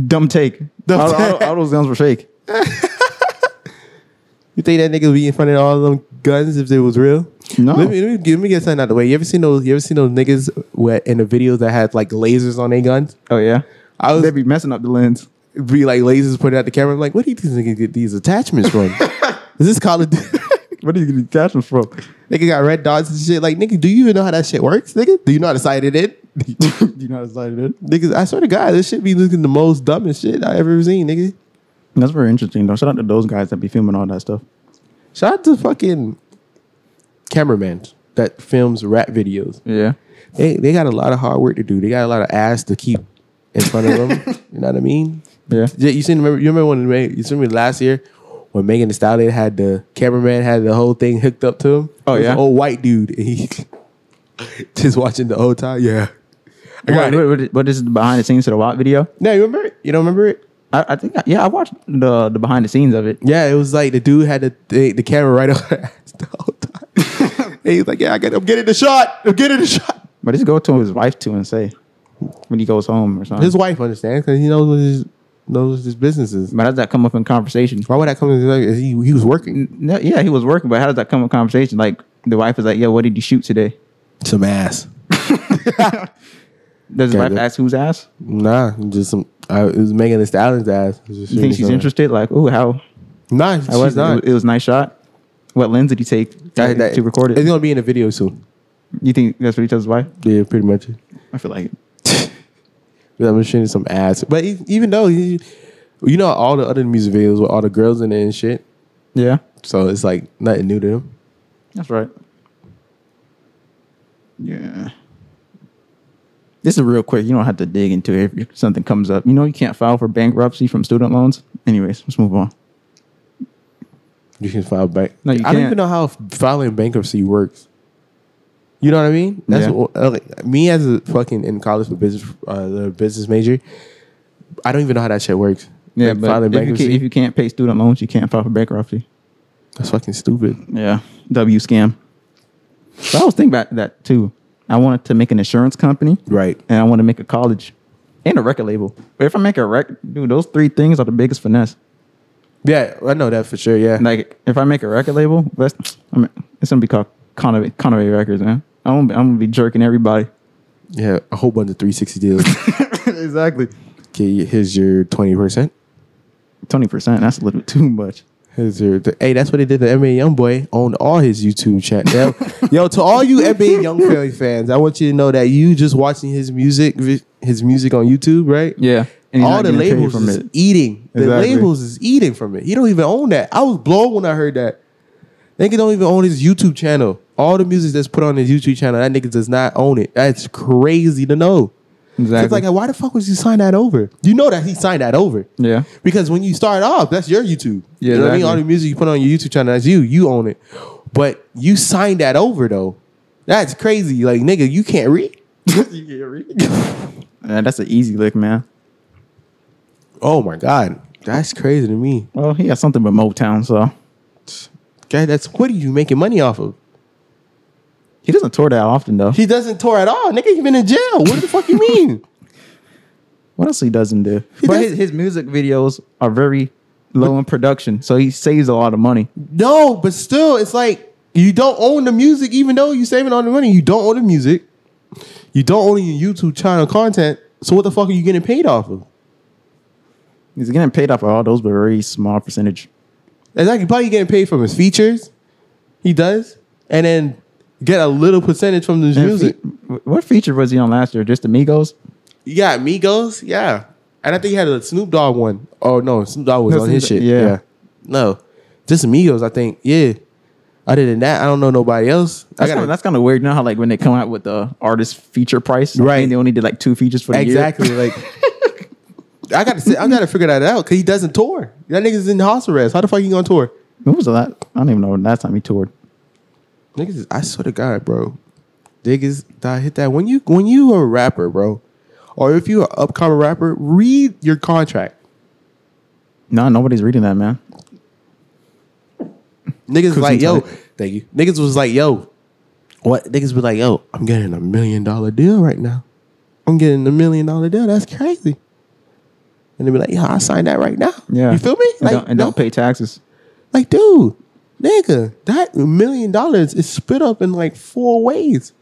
[SPEAKER 2] dumb take.
[SPEAKER 1] Dumb
[SPEAKER 2] all, all-
[SPEAKER 1] take.
[SPEAKER 2] all those guns were fake.
[SPEAKER 1] You think that nigga would be in front of all them guns if they was real?
[SPEAKER 2] No.
[SPEAKER 1] Let me, let me let me get something out of the way. You ever seen those? You ever seen those niggas where, in the videos that had like lasers on their guns?
[SPEAKER 2] oh yeah.
[SPEAKER 1] I was
[SPEAKER 2] They'd be messing up the lens.
[SPEAKER 1] be like lasers pointed at the camera. I'm like, what do you think they get these attachments from? Is this Call of Duty?
[SPEAKER 2] What are you getting attachments from?
[SPEAKER 1] nigga got red dots and shit. Like, nigga, do you even know how that shit works, nigga? Do you know how to sight it in?
[SPEAKER 2] you not excited? dude?
[SPEAKER 1] Niggas, I swear to God, this shit be looking the most dumbest shit I ever seen, nigga.
[SPEAKER 2] That's very interesting though. Shout out to those guys that be filming all that stuff.
[SPEAKER 1] Shout out to fucking cameraman that films rap videos.
[SPEAKER 2] Yeah.
[SPEAKER 1] They they got a lot of hard work to do. They got a lot of ass to keep in front of them. you know what I mean?
[SPEAKER 2] Yeah.
[SPEAKER 1] Yeah, you seen remember you remember when Meg- you remember last year when Megan Thee Stallion had the cameraman had the whole thing hooked up to him.
[SPEAKER 2] Oh,
[SPEAKER 1] It was
[SPEAKER 2] yeah?
[SPEAKER 1] an old white dude. And he just watching the whole time. Yeah, I got
[SPEAKER 2] What,
[SPEAKER 1] it.
[SPEAKER 2] what- what is the behind the scenes to the WAP video?
[SPEAKER 1] No, you remember it? You don't remember it?
[SPEAKER 2] I, I think I, yeah, I watched the the behind the scenes of it.
[SPEAKER 1] Yeah, it was like the dude had the the, the camera right on her ass the whole time. and he's like, "Yeah, I got, I'm getting the shot. I'm getting the shot."
[SPEAKER 2] But just go to his wife too and say when he goes home or something.
[SPEAKER 1] His wife understands because he knows what his knows what his business is.
[SPEAKER 2] but how does that come up in conversation?
[SPEAKER 1] Why would that come? to the- He he was working
[SPEAKER 2] No, yeah, he was working, but how does that come up in conversation? Like the wife is like, "Yo, what did you shoot today?"
[SPEAKER 1] some ass.
[SPEAKER 2] Does his
[SPEAKER 1] Yeah,
[SPEAKER 2] wife
[SPEAKER 1] that-
[SPEAKER 2] ask whose ass?
[SPEAKER 1] Nah, just some. I it was Megan Thee Stallion's ass. It was just
[SPEAKER 2] You think
[SPEAKER 1] shooting
[SPEAKER 2] she's
[SPEAKER 1] some-
[SPEAKER 2] interested? Like, oh, how?
[SPEAKER 1] Nah,
[SPEAKER 2] I was
[SPEAKER 1] she's not.
[SPEAKER 2] It, was a nice shot. What lens did he take
[SPEAKER 1] That- that-
[SPEAKER 2] to record it?
[SPEAKER 1] It's gonna be in a video soon.
[SPEAKER 2] You think that's what he tells his wife?
[SPEAKER 1] Yeah, pretty much.
[SPEAKER 2] I feel like it.
[SPEAKER 1] I'm shooting some ass. But e- even though he, you know all the other music videos with all the girls in it and shit,
[SPEAKER 2] Yeah,
[SPEAKER 1] so it's like nothing new to him.
[SPEAKER 2] that's right. Yeah. This is real quick. You don't have to dig into it if something comes up. You know, you can't file for bankruptcy from student loans. Anyways, let's move on.
[SPEAKER 1] You can file bank.
[SPEAKER 2] No, you
[SPEAKER 1] I don't even
[SPEAKER 2] can't.
[SPEAKER 1] know how filing bankruptcy works. You know what I mean? That's
[SPEAKER 2] Yeah.
[SPEAKER 1] what, uh, like, me as a fucking in college for business, uh, the business major. I don't even know how that shit works.
[SPEAKER 2] Yeah,
[SPEAKER 1] Like,
[SPEAKER 2] but
[SPEAKER 1] filing
[SPEAKER 2] if you,
[SPEAKER 1] bankruptcy.
[SPEAKER 2] can't, if you can't pay student loans, you can't file for bankruptcy.
[SPEAKER 1] that's fucking stupid.
[SPEAKER 2] Yeah, W scam. So I was thinking about that too. I wanted to make an insurance company.
[SPEAKER 1] Right.
[SPEAKER 2] and I want to make a college and a record label. But if I make a record, dude, those three things are the biggest finesse.
[SPEAKER 1] Yeah, I know that for sure. Yeah.
[SPEAKER 2] Like if I make a record label, that's I mean, it's gonna be called Conway, Conway Records, man. I'm gonna, be, I'm gonna be jerking everybody.
[SPEAKER 1] Yeah, a whole bunch of 360 deals.
[SPEAKER 2] exactly.
[SPEAKER 1] okay, here's your 20%.
[SPEAKER 2] Twenty percent. That's a little bit too much.
[SPEAKER 1] Here's your th- hey, that's what he did to NBA Youngboy owned all his YouTube channel. Yo, to all you NBA Young Philly fans, I want you to know that you just watching his music, vi- his music on YouTube, right?
[SPEAKER 2] Yeah. And he's
[SPEAKER 1] all
[SPEAKER 2] not
[SPEAKER 1] the
[SPEAKER 2] getting paid
[SPEAKER 1] labels
[SPEAKER 2] from
[SPEAKER 1] is
[SPEAKER 2] it.
[SPEAKER 1] eating. The
[SPEAKER 2] Exactly.
[SPEAKER 1] labels is eating from it. He don't even own that. I was blown when I heard that. Nigga don't even own his YouTube channel. All the music that's put on his YouTube channel, that nigga does not own it. That's crazy to know. It's
[SPEAKER 2] Exactly.
[SPEAKER 1] like, why the fuck was you sign that over? You know that he signed that over.
[SPEAKER 2] yeah.
[SPEAKER 1] Because when you start off, that's your YouTube.
[SPEAKER 2] Yeah,
[SPEAKER 1] you know what I mean?
[SPEAKER 2] exactly.
[SPEAKER 1] All the music you put on your YouTube channel, that's you. You own it. But you signed that over though. That's crazy. Like, nigga, you can't read.
[SPEAKER 2] Uh, that's an easy lick, man.
[SPEAKER 1] Oh my God. That's crazy to me.
[SPEAKER 2] Well, he got something but Motown, so
[SPEAKER 1] God, that's what are you making money off of?
[SPEAKER 2] he doesn't tour that often though.
[SPEAKER 1] He doesn't tour at all. Nigga, you been in jail. What the fuck you mean?
[SPEAKER 2] What else he doesn't do?
[SPEAKER 1] He
[SPEAKER 2] but
[SPEAKER 1] does-
[SPEAKER 2] his, his music videos are very low in production, so he saves a lot of money.
[SPEAKER 1] No, but still, it's like you don't own the music, even though you saving all the money. You don't own the music. You don't own your YouTube channel content. So what the fuck are you getting paid off of?
[SPEAKER 2] He's getting paid off for all those, but very small percentage.
[SPEAKER 1] Exactly. Probably getting paid from his features. He does. And then get a little percentage from his
[SPEAKER 2] And
[SPEAKER 1] music.
[SPEAKER 2] fe- what feature was he on last year? Just Amigos?
[SPEAKER 1] You got Migos, yeah. And I think he had a Snoop Dogg one. Oh no, Snoop Dogg was
[SPEAKER 2] No,
[SPEAKER 1] on his
[SPEAKER 2] Snoop
[SPEAKER 1] shit.
[SPEAKER 2] Dogg-
[SPEAKER 1] Yeah.
[SPEAKER 2] yeah.
[SPEAKER 1] No. Just Migos, I think. Yeah. Other than that, I don't know nobody else. I
[SPEAKER 2] That's
[SPEAKER 1] gotta-
[SPEAKER 2] kind of that's kind of weird. You know how like when they come out with the artist feature price,
[SPEAKER 1] Right.
[SPEAKER 2] And they only did like two features for the
[SPEAKER 1] exactly like I gotta sit, I gotta figure that out because he doesn't tour. That nigga's in house arrest. How the fuck you gonna tour?
[SPEAKER 2] year. When was the last? I don't even know when the last time he toured.
[SPEAKER 1] Niggas, is- I swear to God, bro. Niggas, I hit that when you when you a rapper, bro, or if you an upcoming rapper, read your contract.
[SPEAKER 2] No, nobody's reading that, man.
[SPEAKER 1] Niggas was like, yo,
[SPEAKER 2] tight.
[SPEAKER 1] thank you. Niggas was like, yo, what? Niggas was like, yo, I'm getting a million dollar deal right now. I'm getting a million dollar deal. That's crazy. And they be like, yeah, I signed that right now.
[SPEAKER 2] Yeah,
[SPEAKER 1] you feel me?
[SPEAKER 2] And, don't, and
[SPEAKER 1] no.
[SPEAKER 2] don't pay taxes.
[SPEAKER 1] Like, dude, Nigga, that million dollars is split up in like four ways.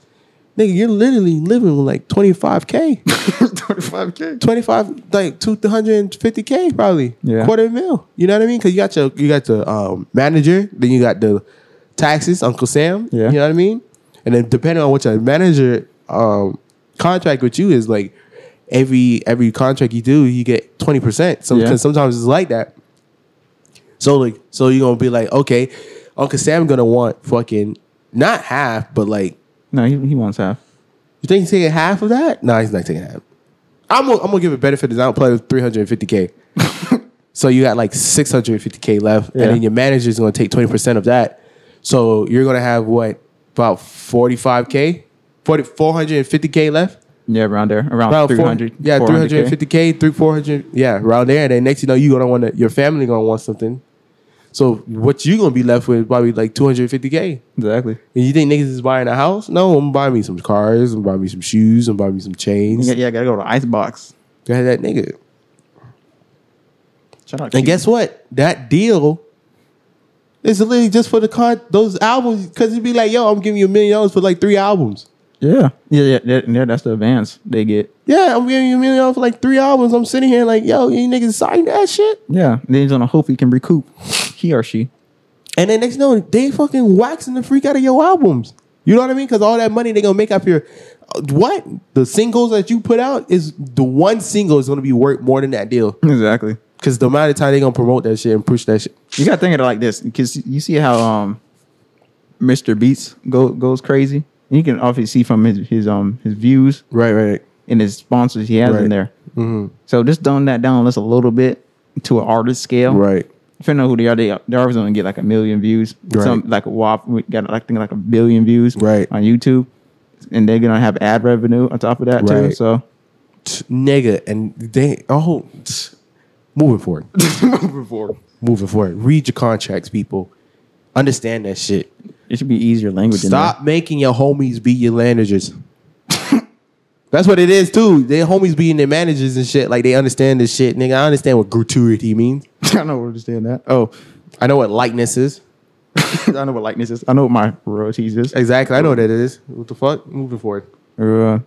[SPEAKER 1] Nigga, you're literally living with like 25K.
[SPEAKER 2] 25K.
[SPEAKER 1] 25, like 250K probably.
[SPEAKER 2] Yeah.
[SPEAKER 1] Quarter mil. You know what I mean? Cause you got your you got the um, manager, then you got the taxes, Uncle Sam.
[SPEAKER 2] Yeah.
[SPEAKER 1] You know what I mean? And then depending on what your manager um, contract with you is like every every contract you do, you get 20%. So
[SPEAKER 2] Yeah.
[SPEAKER 1] cause sometimes it's like that. So like, so you're gonna be like, okay, Uncle Sam gonna want fucking not half, but like,
[SPEAKER 2] No, he, he wants half.
[SPEAKER 1] you think he's taking half of that? No, he's not taking half. I'm gonna, I'm gonna give it benefit of the doubt, play with 350k. so you got like 650k left,
[SPEAKER 2] Yeah.
[SPEAKER 1] and then your manager's gonna take 20 percent of that. So you're gonna have what about 45k, 40, 450k left?
[SPEAKER 2] Yeah, around there. Around,
[SPEAKER 1] Around four-
[SPEAKER 2] 300.
[SPEAKER 1] yeah,
[SPEAKER 2] 400K.
[SPEAKER 1] 350k, three 400, yeah, around there. And then next you know you're gonna want to, your family gonna want something. So what you gonna be left with is probably like 250k.
[SPEAKER 2] Exactly.
[SPEAKER 1] And you think niggas is buying a house? No, I'm buying me some cars, I'm buying me some shoes, I'm buying me some chains.
[SPEAKER 2] Yeah, yeah, gotta go to Icebox.
[SPEAKER 1] Go ahead, that nigga.
[SPEAKER 2] Shout out
[SPEAKER 1] And guess what? That deal is literally just for the con those albums. Cause it'd be like, yo, I'm giving you a million dollars for like three albums.
[SPEAKER 2] Yeah. Yeah, yeah, yeah, yeah. That's the advance they get.
[SPEAKER 1] Yeah, I'm giving you a million dollars for like three albums. I'm sitting here like, yo, you niggas signed that shit.
[SPEAKER 2] Yeah. And then he's gonna hope he can recoup. He or she.
[SPEAKER 1] And then next no, they fucking waxing the freak out of your albums. You know what I mean? Cause all that money they gonna make up your uh, what? The singles that you put out is the one single is gonna be worth more than that deal.
[SPEAKER 2] Exactly.
[SPEAKER 1] Cause the amount of time they gonna promote that shit and push that shit.
[SPEAKER 2] You gotta think of it like this, because you see how um Mr. Beats go, goes crazy. And you can obviously see from his, his um his views
[SPEAKER 1] Right, right.
[SPEAKER 2] and his sponsors he has
[SPEAKER 1] Right.
[SPEAKER 2] in there. So just dumb that down just a little bit to an artist scale.
[SPEAKER 1] Right.
[SPEAKER 2] Depending on who they are, they are, they're always gonna get like a million views.
[SPEAKER 1] Right.
[SPEAKER 2] Some like a WAP, we got I think like a billion views
[SPEAKER 1] Right.
[SPEAKER 2] on YouTube. And they're gonna have ad revenue on top of that too.
[SPEAKER 1] Right.
[SPEAKER 2] So
[SPEAKER 1] t- nigga, and they oh, t- moving forward,
[SPEAKER 2] moving forward.
[SPEAKER 1] moving forward. Read your contracts, people. Understand that shit.
[SPEAKER 2] It should be easier language in there.
[SPEAKER 1] Stop making your homies be your managers. That's what it is too. Their homies being their managers and shit. Like they understand this shit, nigga. I understand what gratuity means.
[SPEAKER 2] I know where to stand that. Oh,
[SPEAKER 1] I know what likeness is.
[SPEAKER 2] I know what likeness is. I know what my royalties is.
[SPEAKER 1] Exactly. I know what that is. What the fuck? Moving forward.
[SPEAKER 2] Or, uh,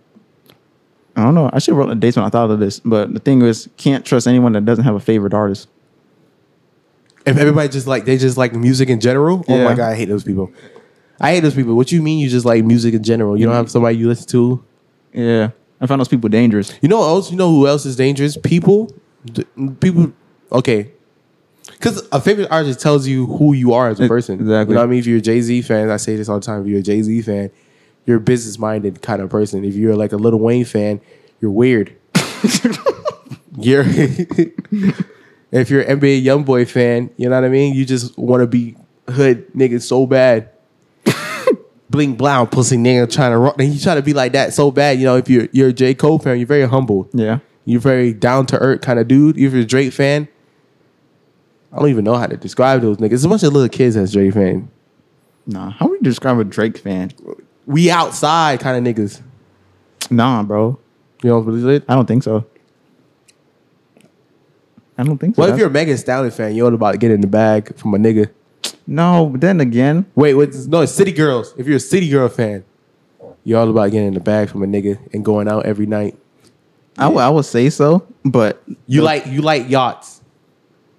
[SPEAKER 2] I don't know. I should have wrote the dates when I thought of this, but the thing is, can't trust anyone that doesn't have a favorite artist.
[SPEAKER 1] If everybody just like they just like music in general, oh my
[SPEAKER 2] Yeah.
[SPEAKER 1] god, I hate those people. I hate those people. What you mean? You just like music in general? You don't have somebody you listen to?
[SPEAKER 2] Yeah, I find those people dangerous.
[SPEAKER 1] You know else? You know who else is dangerous? People, D- people. Okay, because a favorite artist tells you who you are as a
[SPEAKER 2] E-
[SPEAKER 1] person. You
[SPEAKER 2] exactly.
[SPEAKER 1] know what I mean? If you're a Jay Z fan, I say this all the time. If you're a Jay Z fan, you're a business minded kind of person. If you're like a Little Wayne fan, you're weird. you're. if you're an NBA YoungBoy fan, you know what I mean. You just want to be hood niggas so bad. Bling blown pussy nigga trying to run. And you try to be like that so bad. You know, if you're you're a J Cole fan, you're very humble.
[SPEAKER 2] Yeah,
[SPEAKER 1] You're very down to earth kind of dude. If you're a Drake fan, I don't even know how to describe those niggas. It's a bunch of little kids that's Drake fan.
[SPEAKER 2] nah. How would you describe a Drake fan?
[SPEAKER 1] We outside kind of niggas.
[SPEAKER 2] Nah, bro.
[SPEAKER 1] You know what I'm
[SPEAKER 2] I don't think so. I don't think so.
[SPEAKER 1] What if
[SPEAKER 2] That's-
[SPEAKER 1] you're a Megan Thee Stallion fan? You're all about to get in the bag from a nigga.
[SPEAKER 2] No, but then again,
[SPEAKER 1] Wait, what's no? It's City Girls. If you're a City Girl fan, you're all about getting in the bag from a nigga and going out every night.
[SPEAKER 2] I would- I would say so, but
[SPEAKER 1] You like you like yachts.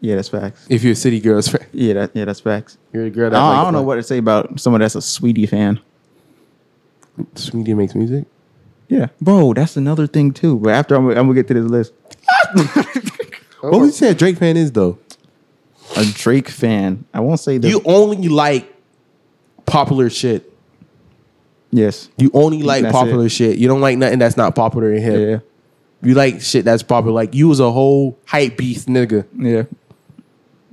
[SPEAKER 2] yeah, that's facts.
[SPEAKER 1] If you're a City Girls fan,
[SPEAKER 2] Yeah, that yeah, that's facts.
[SPEAKER 1] you're a girl.
[SPEAKER 2] I
[SPEAKER 1] That
[SPEAKER 2] don't,
[SPEAKER 1] like-
[SPEAKER 2] Oh, I don't know what to say about someone that's a sweetie fan.
[SPEAKER 1] Sweetie makes music.
[SPEAKER 2] Yeah, bro, that's another thing too. But after I'm, I'm gonna get to this list.
[SPEAKER 1] What would you say a Drake fan is though?
[SPEAKER 2] A Drake fan. I won't say that.
[SPEAKER 1] You only like popular shit.
[SPEAKER 2] yes.
[SPEAKER 1] You only like
[SPEAKER 2] That's
[SPEAKER 1] popular shit. You don't like nothing that's not popular in hip.
[SPEAKER 2] Yeah.
[SPEAKER 1] You like shit that's popular. Like you was a whole hype beast nigga.
[SPEAKER 2] Yeah,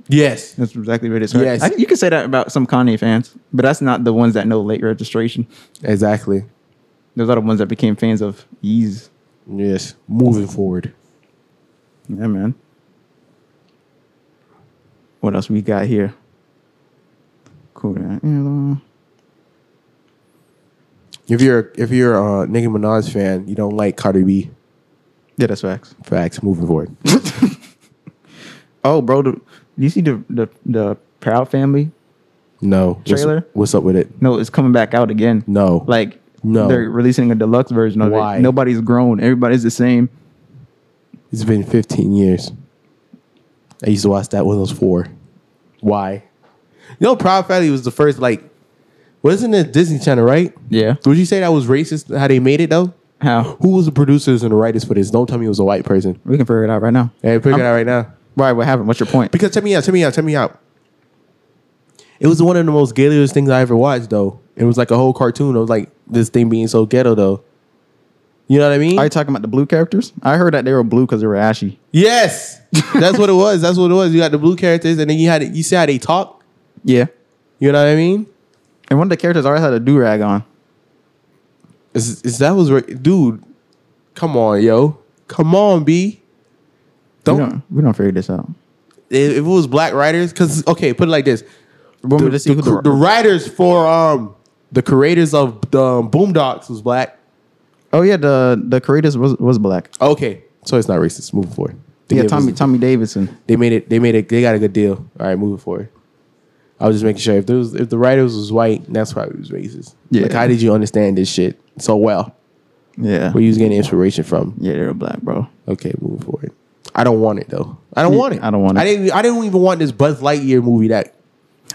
[SPEAKER 1] Yes.
[SPEAKER 2] that's exactly what it is. right?
[SPEAKER 1] Yes.
[SPEAKER 2] I, you can say that about some Kanye fans, but that's not the ones that know late registration.
[SPEAKER 1] Exactly.
[SPEAKER 2] Those are the ones that became fans of Yeez.
[SPEAKER 1] Yes. Moving forward.
[SPEAKER 2] Yeah, man. What else we got here? Cool. man. Yeah,
[SPEAKER 1] If you're if you're a Nicki Minaj fan, you don't like Cardi B.
[SPEAKER 2] Yeah, that's facts.
[SPEAKER 1] Facts. Moving forward.
[SPEAKER 2] Oh, bro, the, you see the, the the Proud Family
[SPEAKER 1] No. What's-
[SPEAKER 2] Trailer?
[SPEAKER 1] What's, up with it?
[SPEAKER 2] No, it's coming back out again.
[SPEAKER 1] No.
[SPEAKER 2] Like
[SPEAKER 1] No.
[SPEAKER 2] they're releasing a deluxe version of
[SPEAKER 1] Why?
[SPEAKER 2] it. Nobody's grown. Everybody's the same.
[SPEAKER 1] It's been 15 years. I used to watch that when I was four. Why? You know, Proud Family was the first, like, wasn't it Disney Channel, right?
[SPEAKER 2] Yeah.
[SPEAKER 1] Would you say that was racist how they made it, though?
[SPEAKER 2] How?
[SPEAKER 1] Who was the producers and the writers for this? Don't tell me it was a white person.
[SPEAKER 2] We can figure it out right now.
[SPEAKER 1] Hey, figure it
[SPEAKER 2] I'm-
[SPEAKER 1] out right now.
[SPEAKER 2] Why? What happened? What's your point?
[SPEAKER 1] Because check me out, check me out, check me out. It was one of the most ghettoest things I ever watched, though. It was like a whole cartoon. I was like, this thing being so ghetto, though. You know what I mean?
[SPEAKER 2] Are you talking about the blue characters? I heard that they were blue because they were ashy.
[SPEAKER 1] yes, that's what it was. That's what it was. You got the blue characters, and then you had you see how they talk.
[SPEAKER 2] Yeah.
[SPEAKER 1] You know what I mean?
[SPEAKER 2] And one of the characters always had a do rag on.
[SPEAKER 1] Is, is that was re- dude? Come on, yo, come on, B.
[SPEAKER 2] We
[SPEAKER 1] Don't
[SPEAKER 2] don't, we don't figure this out.
[SPEAKER 1] if if it was black writers, because okay, put it like this:
[SPEAKER 2] Want me
[SPEAKER 1] the,
[SPEAKER 2] to see
[SPEAKER 1] the,
[SPEAKER 2] who
[SPEAKER 1] cr-
[SPEAKER 2] the-
[SPEAKER 1] the writers for um the creators of the um, Boomdocs was black.
[SPEAKER 2] Oh yeah, the the creators was was black.
[SPEAKER 1] Okay, so it's not racist. Moving forward, they
[SPEAKER 2] Yeah,
[SPEAKER 1] gave us-
[SPEAKER 2] Tommy Tommy Davidson.
[SPEAKER 1] they made it. They made it. They got a good deal. All right, moving forward. I was just making sure if there was, if the writers was white, that's why it was racist.
[SPEAKER 2] Yeah.
[SPEAKER 1] Like, how did you understand this shit so well?
[SPEAKER 2] Yeah.
[SPEAKER 1] Where you was getting inspiration from?
[SPEAKER 2] Yeah, they were black, bro.
[SPEAKER 1] Okay, moving forward. I don't want it though. I don't
[SPEAKER 2] Yeah,
[SPEAKER 1] want it.
[SPEAKER 2] I don't want it.
[SPEAKER 1] I didn't. I didn't even want this Buzz Lightyear movie that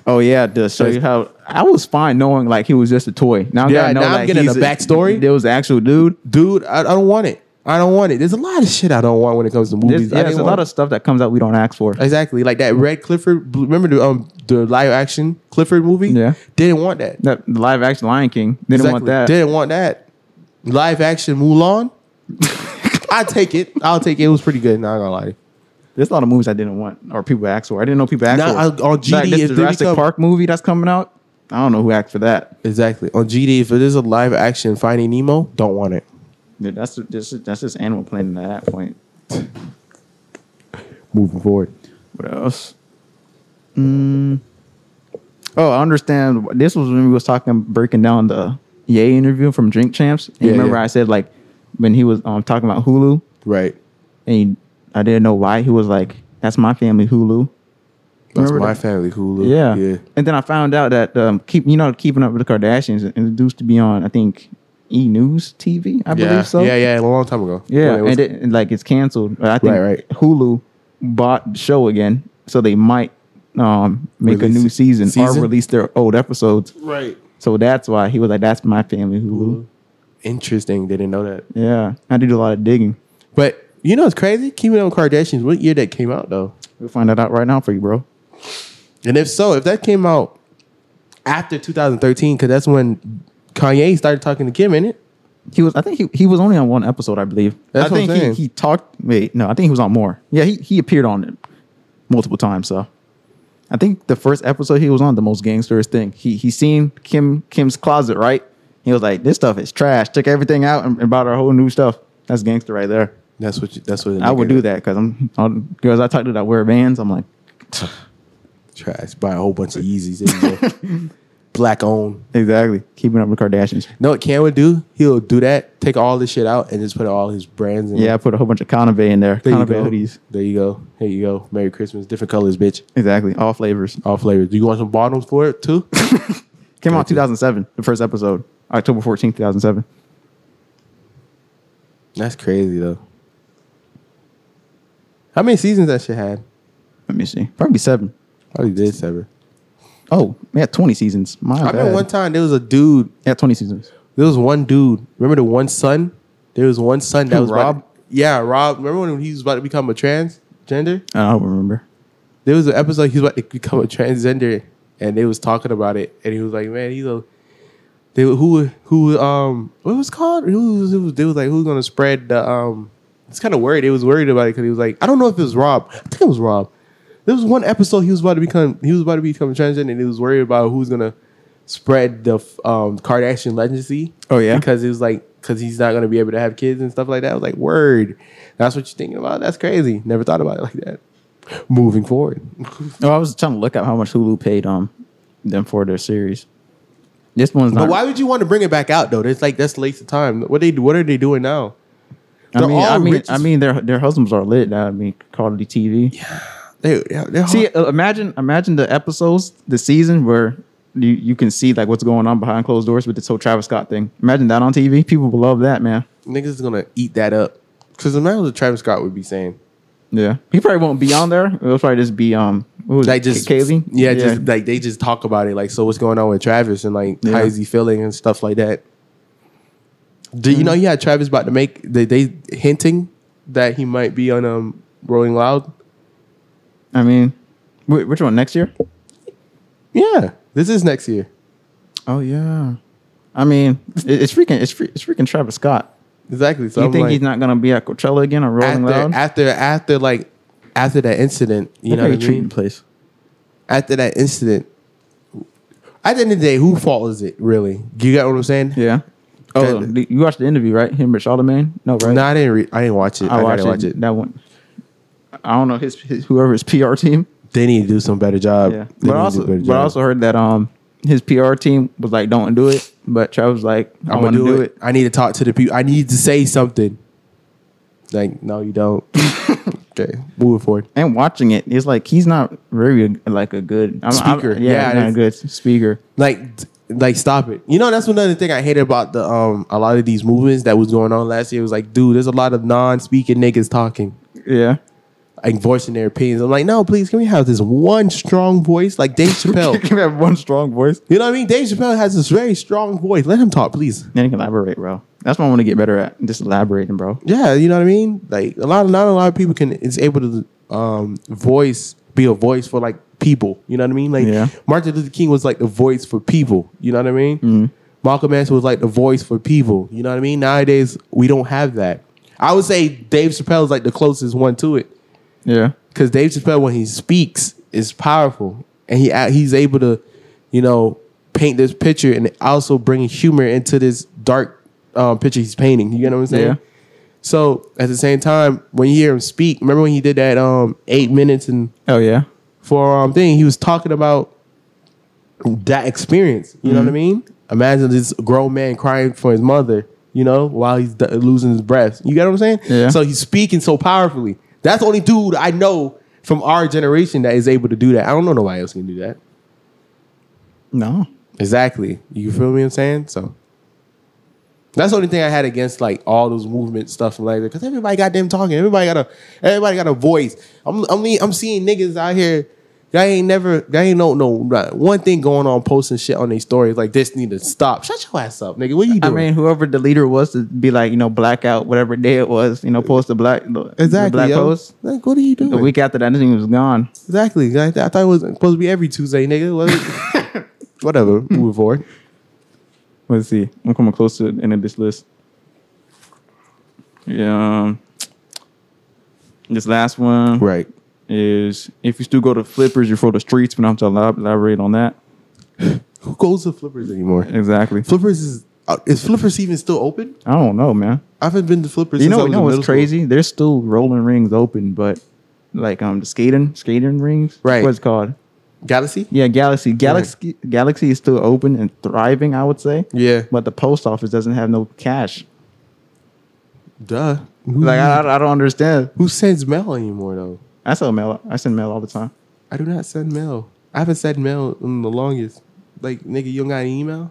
[SPEAKER 2] Oh yeah, to show you how I was fine knowing like he was just a toy. Now I
[SPEAKER 1] Yeah,
[SPEAKER 2] gotta know
[SPEAKER 1] now I'm
[SPEAKER 2] like,
[SPEAKER 1] getting
[SPEAKER 2] he's
[SPEAKER 1] the backstory.
[SPEAKER 2] There was an actual dude.
[SPEAKER 1] dude, I, I don't want it. I don't want it. There's a lot of shit I don't want when it comes to
[SPEAKER 2] There's,
[SPEAKER 1] movies.
[SPEAKER 2] yeah,
[SPEAKER 1] I
[SPEAKER 2] there's
[SPEAKER 1] didn't
[SPEAKER 2] a
[SPEAKER 1] want
[SPEAKER 2] lot of stuff that comes out we don't ask for.
[SPEAKER 1] it. exactly like that Red Clifford. Remember the um the live action Clifford movie?
[SPEAKER 2] Yeah.
[SPEAKER 1] didn't want that.
[SPEAKER 2] That the live action Lion King. They didn't want
[SPEAKER 1] Exactly.
[SPEAKER 2] that.
[SPEAKER 1] Didn't want that. Live action Mulan. I take it. I'll take it. It was pretty good. Not gonna lie. to you.
[SPEAKER 2] There's a lot of movies I didn't want or people asked for. I didn't know people asked
[SPEAKER 1] Now,
[SPEAKER 2] for.
[SPEAKER 1] I- on GD,
[SPEAKER 2] this
[SPEAKER 1] if they
[SPEAKER 2] Jurassic
[SPEAKER 1] become-
[SPEAKER 2] Park movie that's coming out. I don't know who asked for that.
[SPEAKER 1] Exactly. On GD, if there's a live action Finding Nemo, don't want it.
[SPEAKER 2] Dude, that's that's that's just Animal Planet at that point.
[SPEAKER 1] Moving forward.
[SPEAKER 2] What else? Mm. Oh, I understand. This was when we was talking breaking down the Yay interview from Drink Champs. And
[SPEAKER 1] Yeah,
[SPEAKER 2] remember,
[SPEAKER 1] yeah.
[SPEAKER 2] I said like when he was um, talking about Hulu,
[SPEAKER 1] Right.
[SPEAKER 2] and he, I didn't know why he was like, "That's my family Hulu."
[SPEAKER 1] That's
[SPEAKER 2] Remember
[SPEAKER 1] my
[SPEAKER 2] that?
[SPEAKER 1] family Hulu.
[SPEAKER 2] Yeah.
[SPEAKER 1] Yeah.
[SPEAKER 2] And then I found out that um, keep you know keeping up with the Kardashians it used to be on I think E News TV I
[SPEAKER 1] Yeah.
[SPEAKER 2] believe so
[SPEAKER 1] yeah. Yeah. A long time ago.
[SPEAKER 2] yeah,
[SPEAKER 1] When it was-
[SPEAKER 2] and, it, and, like it's canceled. I think
[SPEAKER 1] Right, right.
[SPEAKER 2] Hulu bought the show again, so they might um, make
[SPEAKER 1] Release
[SPEAKER 2] a new
[SPEAKER 1] it.
[SPEAKER 2] season,
[SPEAKER 1] Season?
[SPEAKER 2] or release their old episodes.
[SPEAKER 1] right.
[SPEAKER 2] So that's why he was like, "That's my family Hulu."
[SPEAKER 1] Interesting. They didn't know that.
[SPEAKER 2] Yeah, I did a lot of digging.
[SPEAKER 1] But you know, it's crazy. Keeping Up with the Kardashians. What year that came out though?
[SPEAKER 2] We'll find that out right now for you, bro.
[SPEAKER 1] And if so, if that came out after 2013, because that's when Kanye started talking to Kim in it.
[SPEAKER 2] He was, I think he, he was only on one episode, I believe.
[SPEAKER 1] That's
[SPEAKER 2] I
[SPEAKER 1] what I'm
[SPEAKER 2] think
[SPEAKER 1] saying.
[SPEAKER 2] he he talked. Wait, no, I think he was on more. Yeah, he he appeared on it multiple times. So I think the first episode he was on, the most gangsterist thing. He he seen Kim Kim's closet, right? He was like, "This stuff is trash." Took everything out and, and bought her whole new stuff. That's gangster right there.
[SPEAKER 1] That's what. You, that's what.
[SPEAKER 2] I would do that because I'm all the girls I talk to that wear Vans. I'm like,
[SPEAKER 1] Trash. Buy a whole bunch of Yeezys. There you go. Black owned.
[SPEAKER 2] exactly keeping up with Kardashians.
[SPEAKER 1] Know what Cam would do? He'll do that. Take all this shit out and just put all his brands. in it.
[SPEAKER 2] Yeah, I put a whole bunch of Conave in there.
[SPEAKER 1] There you
[SPEAKER 2] Conave
[SPEAKER 1] go.
[SPEAKER 2] hoodies.
[SPEAKER 1] There you go. Here you go. Merry Christmas. Different colors, bitch.
[SPEAKER 2] Exactly, all flavors.
[SPEAKER 1] All flavors. Do you want some bottoms for it too?
[SPEAKER 2] Came out 2007, the first episode, October 14th, 2007.
[SPEAKER 1] that's crazy though. How many seasons that shit had?
[SPEAKER 2] Let me see. Probably seven.
[SPEAKER 1] Probably did seven.
[SPEAKER 2] Oh, yeah, 20 seasons. My
[SPEAKER 1] I remember
[SPEAKER 2] bad.
[SPEAKER 1] one time there was a dude
[SPEAKER 2] yeah, 20 seasons.
[SPEAKER 1] There was one dude. Remember the one son? There was one son that
[SPEAKER 2] Who,
[SPEAKER 1] was about-
[SPEAKER 2] Rob?
[SPEAKER 1] yeah, Rob. Remember when he was about to become a transgender?
[SPEAKER 2] I don't remember.
[SPEAKER 1] There was an episode he was about to become a transgender, and they was talking about it, and he was like, "Man, he's a." They were- who who um what was it called who was, it was- they was like who's gonna spread the um it's kind of worried they was worried about it because he was like I don't know if it was Rob I think it was Rob there was one episode he was about to become he was about to become transgender and he was worried about who's gonna spread the um Kardashian legacy
[SPEAKER 2] Oh, yeah?
[SPEAKER 1] because it was like because he's not gonna be able to have kids and stuff like that I was like word that's what you're thinking about that's crazy never thought about it like that moving forward
[SPEAKER 2] Oh, I was trying to look up how much Hulu paid um them for their series. This one's not.
[SPEAKER 1] But why would you want to bring it back out though? It's like that's a waste of time. What they what are they doing now?
[SPEAKER 2] I
[SPEAKER 1] they're
[SPEAKER 2] mean,
[SPEAKER 1] all
[SPEAKER 2] I mean,
[SPEAKER 1] rich
[SPEAKER 2] I
[SPEAKER 1] as-
[SPEAKER 2] mean, their their husbands are lit. Now. I mean, quality TV.
[SPEAKER 1] They, they're, they're
[SPEAKER 2] See,
[SPEAKER 1] See,
[SPEAKER 2] uh, imagine imagine the episodes, the season where you, you can see like what's going on behind closed doors with this whole Travis Scott thing. Imagine that on TV. People will love that, man.
[SPEAKER 1] Niggas is gonna eat that up. Cause imagine what Travis Scott would be saying.
[SPEAKER 2] Yeah. He probably won't be on there. It'll probably just be um what was
[SPEAKER 1] Like
[SPEAKER 2] it,
[SPEAKER 1] just
[SPEAKER 2] Kaylee?
[SPEAKER 1] Yeah, just like they just talk about it. Like, so what's going on with Travis and like
[SPEAKER 2] Yeah.
[SPEAKER 1] how is he feeling and stuff like that. Do you know yeah, Travis about to make they, they hinting that he might be on um Rolling Loud?
[SPEAKER 2] I mean wh- which one next year?
[SPEAKER 1] Yeah. This is next year.
[SPEAKER 2] Oh yeah. I mean, it, it's freaking it's free, it's freaking Travis Scott.
[SPEAKER 1] Exactly. So
[SPEAKER 2] you
[SPEAKER 1] I'm
[SPEAKER 2] think
[SPEAKER 1] like,
[SPEAKER 2] he's not gonna be at Coachella again or
[SPEAKER 1] after,
[SPEAKER 2] Rolling Loud?
[SPEAKER 1] after after like after that incident, you
[SPEAKER 2] They
[SPEAKER 1] know what I
[SPEAKER 2] probably treating
[SPEAKER 1] mean?
[SPEAKER 2] place.
[SPEAKER 1] After that incident, at the end of the day, who fault is it really? You get what I'm saying?
[SPEAKER 2] Yeah. Oh,
[SPEAKER 1] That-
[SPEAKER 2] d- you watched the interview, right? Him with Charlemagne? No, right?
[SPEAKER 1] No, I didn't. Re- I didn't watch it. I,
[SPEAKER 2] I watched
[SPEAKER 1] gotta watch it.
[SPEAKER 2] That one. I don't know his, his whoever his PR team.
[SPEAKER 1] They need to do some better job.
[SPEAKER 2] Yeah,
[SPEAKER 1] They need to
[SPEAKER 2] but
[SPEAKER 1] do a
[SPEAKER 2] also
[SPEAKER 1] better
[SPEAKER 2] but
[SPEAKER 1] job.
[SPEAKER 2] I also heard that um his PR team was like, "Don't do it," but Travis was like, "I
[SPEAKER 1] I'm gonna
[SPEAKER 2] want to
[SPEAKER 1] do, it. I need to talk to the people. I need to say something. Like, no, you don't. okay, moving forward.
[SPEAKER 2] And watching it, it's like he's not very like a good I'm,
[SPEAKER 1] Speaker.
[SPEAKER 2] I'm, yeah,
[SPEAKER 1] Yeah,
[SPEAKER 2] he's not a good speaker.
[SPEAKER 1] Like, t- like, stop it. You know, that's another thing I hated about the um a lot of these movements that was going on last year. It was like, dude, there's a lot of non-speaking niggas talking.
[SPEAKER 2] Yeah,
[SPEAKER 1] like voicing their opinions. I'm like, no, please, can we have this one strong voice like Dave Chappelle?
[SPEAKER 2] can have one strong voice.
[SPEAKER 1] you know what I mean? Dave Chappelle has this very strong voice. Let him talk, please.
[SPEAKER 2] Then he can elaborate, bro. That's what I want to get better at. Just elaborating, bro.
[SPEAKER 1] Yeah, you know what I mean? Like a lot, not a lot of people can is able to um voice be a voice for like people. You know what I mean? Like
[SPEAKER 2] Yeah.
[SPEAKER 1] Martin Luther King was like the voice for people. You know what I mean? Malcolm X was like the voice for people. You know what I mean? Nowadays we don't have that. I would say Dave Chappelle is like the closest one to it.
[SPEAKER 2] Yeah,
[SPEAKER 1] because Dave Chappelle when he speaks is powerful, and he a- he's able to, you know, paint this picture and also bring humor into this dark um, picture he's painting. You get what I'm saying?
[SPEAKER 2] Yeah.
[SPEAKER 1] So at the same time, when you hear him speak, remember when he did that um, eight minutes and
[SPEAKER 2] oh yeah,
[SPEAKER 1] for um thing, he was talking about that experience. You know what I mean? Imagine this grown man crying for his mother. You know, while he's d- losing his breath. You get what I'm saying?
[SPEAKER 2] Yeah.
[SPEAKER 1] So he's speaking so powerfully. That's the only dude I know from our generation that is able to do that. I don't know nobody else can do that.
[SPEAKER 2] no,
[SPEAKER 1] Exactly. You feel me? I'm saying so. That's the only thing I had against like all those movement stuff and like that because everybody got them talking. Everybody got a everybody got a voice. I'm I mean, I'm seeing niggas out here. Y'all ain't never. Y'all ain't no no not one thing going on posting shit on their stories like this need to stop. Shut your ass up, nigga. What you
[SPEAKER 2] I
[SPEAKER 1] doing?
[SPEAKER 2] mean, whoever the leader was to be like, you know, blackout, whatever day it was, you know, post the black, the- the black
[SPEAKER 1] yo.
[SPEAKER 2] post.
[SPEAKER 1] Like, what are you
[SPEAKER 2] The
[SPEAKER 1] doing?
[SPEAKER 2] week after that, nothing was gone.
[SPEAKER 1] exactly. I, I thought it was supposed to be every Tuesday, nigga. What- Whatever.
[SPEAKER 2] Hmm.
[SPEAKER 1] Moving forward.
[SPEAKER 2] Let's see. I'm coming close to the end of this list. Yeah. um, This last one
[SPEAKER 1] Right.
[SPEAKER 2] is if you still go to flippers, you're for the streets, but I'm to elab- elaborate on that.
[SPEAKER 1] Who goes to flippers anymore?
[SPEAKER 2] Exactly.
[SPEAKER 1] Flippers is uh, is flippers even still open?
[SPEAKER 2] I don't know, man.
[SPEAKER 1] I haven't been to flippers.
[SPEAKER 2] You
[SPEAKER 1] since I
[SPEAKER 2] know, you
[SPEAKER 1] was
[SPEAKER 2] know
[SPEAKER 1] in
[SPEAKER 2] what's
[SPEAKER 1] middle school.
[SPEAKER 2] crazy? There's still rolling rings open, but like um the skating skating rings.
[SPEAKER 1] Right.
[SPEAKER 2] What's it called?
[SPEAKER 1] Galaxy.
[SPEAKER 2] Yeah, Galaxy. Galaxy Galaxy is still open and thriving, I would say.
[SPEAKER 1] Yeah.
[SPEAKER 2] But the post office doesn't have no cash.
[SPEAKER 1] Duh. Who,
[SPEAKER 2] Like I, I- I don't understand.
[SPEAKER 1] who sends mail anymore though?
[SPEAKER 2] I sell mail. I send mail all the time.
[SPEAKER 1] I do not send mail. I haven't sent mail in the longest. Like nigga, you don't got an email?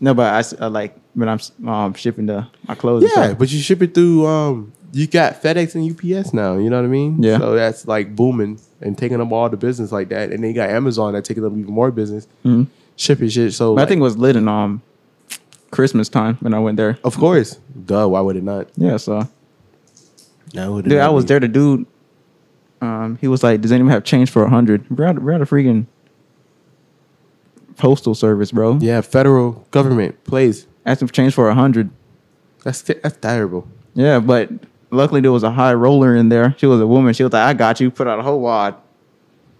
[SPEAKER 2] No, but I s- uh, like when I'm s- um, shipping the my clothes. and
[SPEAKER 1] Yeah,
[SPEAKER 2] stuff.
[SPEAKER 1] but you ship it through. Um, you got FedEx and UPS now. You know what I mean?
[SPEAKER 2] Yeah.
[SPEAKER 1] So that's like booming and taking up all the business like that. And then you got Amazon that taking up even more business,
[SPEAKER 2] Mhm.
[SPEAKER 1] shipping shit. So
[SPEAKER 2] But I
[SPEAKER 1] like,
[SPEAKER 2] think it was lit in um Christmas time when I went there.
[SPEAKER 1] of course, duh. Why would it not?
[SPEAKER 2] Yeah, so
[SPEAKER 1] No,
[SPEAKER 2] dude, I was there. The dude, um, he was like, "Does anyone have change for a hundred? We're at, we're at a freaking postal service, bro.
[SPEAKER 1] Yeah, federal government plays.
[SPEAKER 2] Asked him for change for a hundred.
[SPEAKER 1] That's that's terrible.
[SPEAKER 2] Yeah, but luckily there was a high roller in there. She was a woman. She was like, "I got you." Put out a whole wad.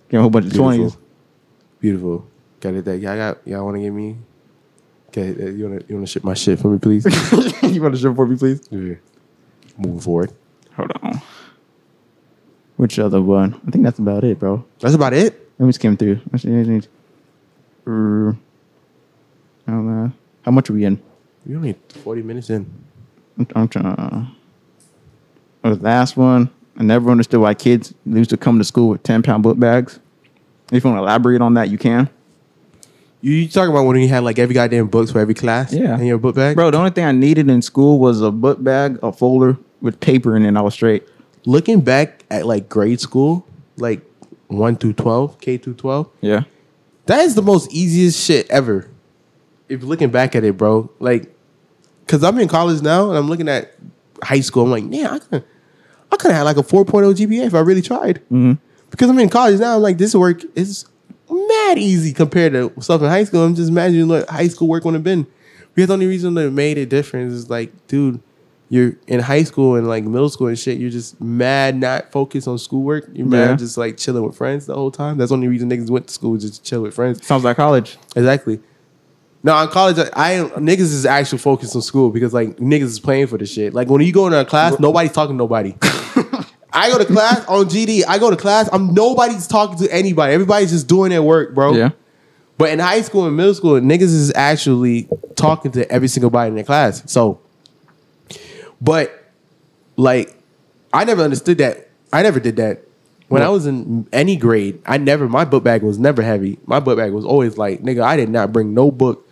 [SPEAKER 2] Give him a whole bunch of twenties.
[SPEAKER 1] Beautiful. Got it. That y'all got. Y'all want to get me? Okay, uh, you want to you want to ship my shit for me, please.
[SPEAKER 2] you want to ship for me, please?
[SPEAKER 1] Yeah. Moving forward.
[SPEAKER 2] Hold on. Which other one? I think that's about it, bro.
[SPEAKER 1] That's about it.
[SPEAKER 2] Let me skim through. Actually, I need- Er, I don't know. How much are we in?
[SPEAKER 1] We only forty minutes in.
[SPEAKER 2] I'm, I'm trying. uh, The last one. I never understood why kids used to come to school with ten pound book bags. If you want to elaborate on that, you can.
[SPEAKER 1] You, you talking about when you had like every goddamn books for every class?
[SPEAKER 2] Yeah.
[SPEAKER 1] In your book bag?
[SPEAKER 2] Bro, the only thing I needed in school was a book bag, a folder with paper, and then I was straight.
[SPEAKER 1] Looking back at like grade school, like 1 through 12, K through 12,
[SPEAKER 2] Yeah.
[SPEAKER 1] that is the most easiest shit ever. If you're looking back at it, bro, like, cause I'm in college now and I'm looking at high school. I'm like, man, I could, I could have had like a 4.0 GPA if I really tried. Because I'm in college now. I'm like, this work is mad easy compared to stuff in high school. I'm just imagining what high school work would have been. Because the only reason that it made a difference is like, dude, you're in high school and like middle school and shit. You're just mad, not focused on schoolwork. You're mad,
[SPEAKER 2] Yeah.
[SPEAKER 1] just like chilling with friends the whole time. That's the only reason niggas went to school was just to chill with friends.
[SPEAKER 2] Sounds like college.
[SPEAKER 1] Exactly. No, in college, I I- niggas is actually focused on school because like niggas is playing for the shit. Like when you go into a class, nobody's talking to nobody. I go to class on GD. I go to class. I'm nobody's talking to anybody. Everybody's just doing their work, bro.
[SPEAKER 2] Yeah.
[SPEAKER 1] But in high school and middle school, niggas is actually talking to every single body in their class. So, but like, I never understood that. I never did that. When I was in any grade, I never my book bag was never heavy. My book bag was always like, nigga, I did not bring no book.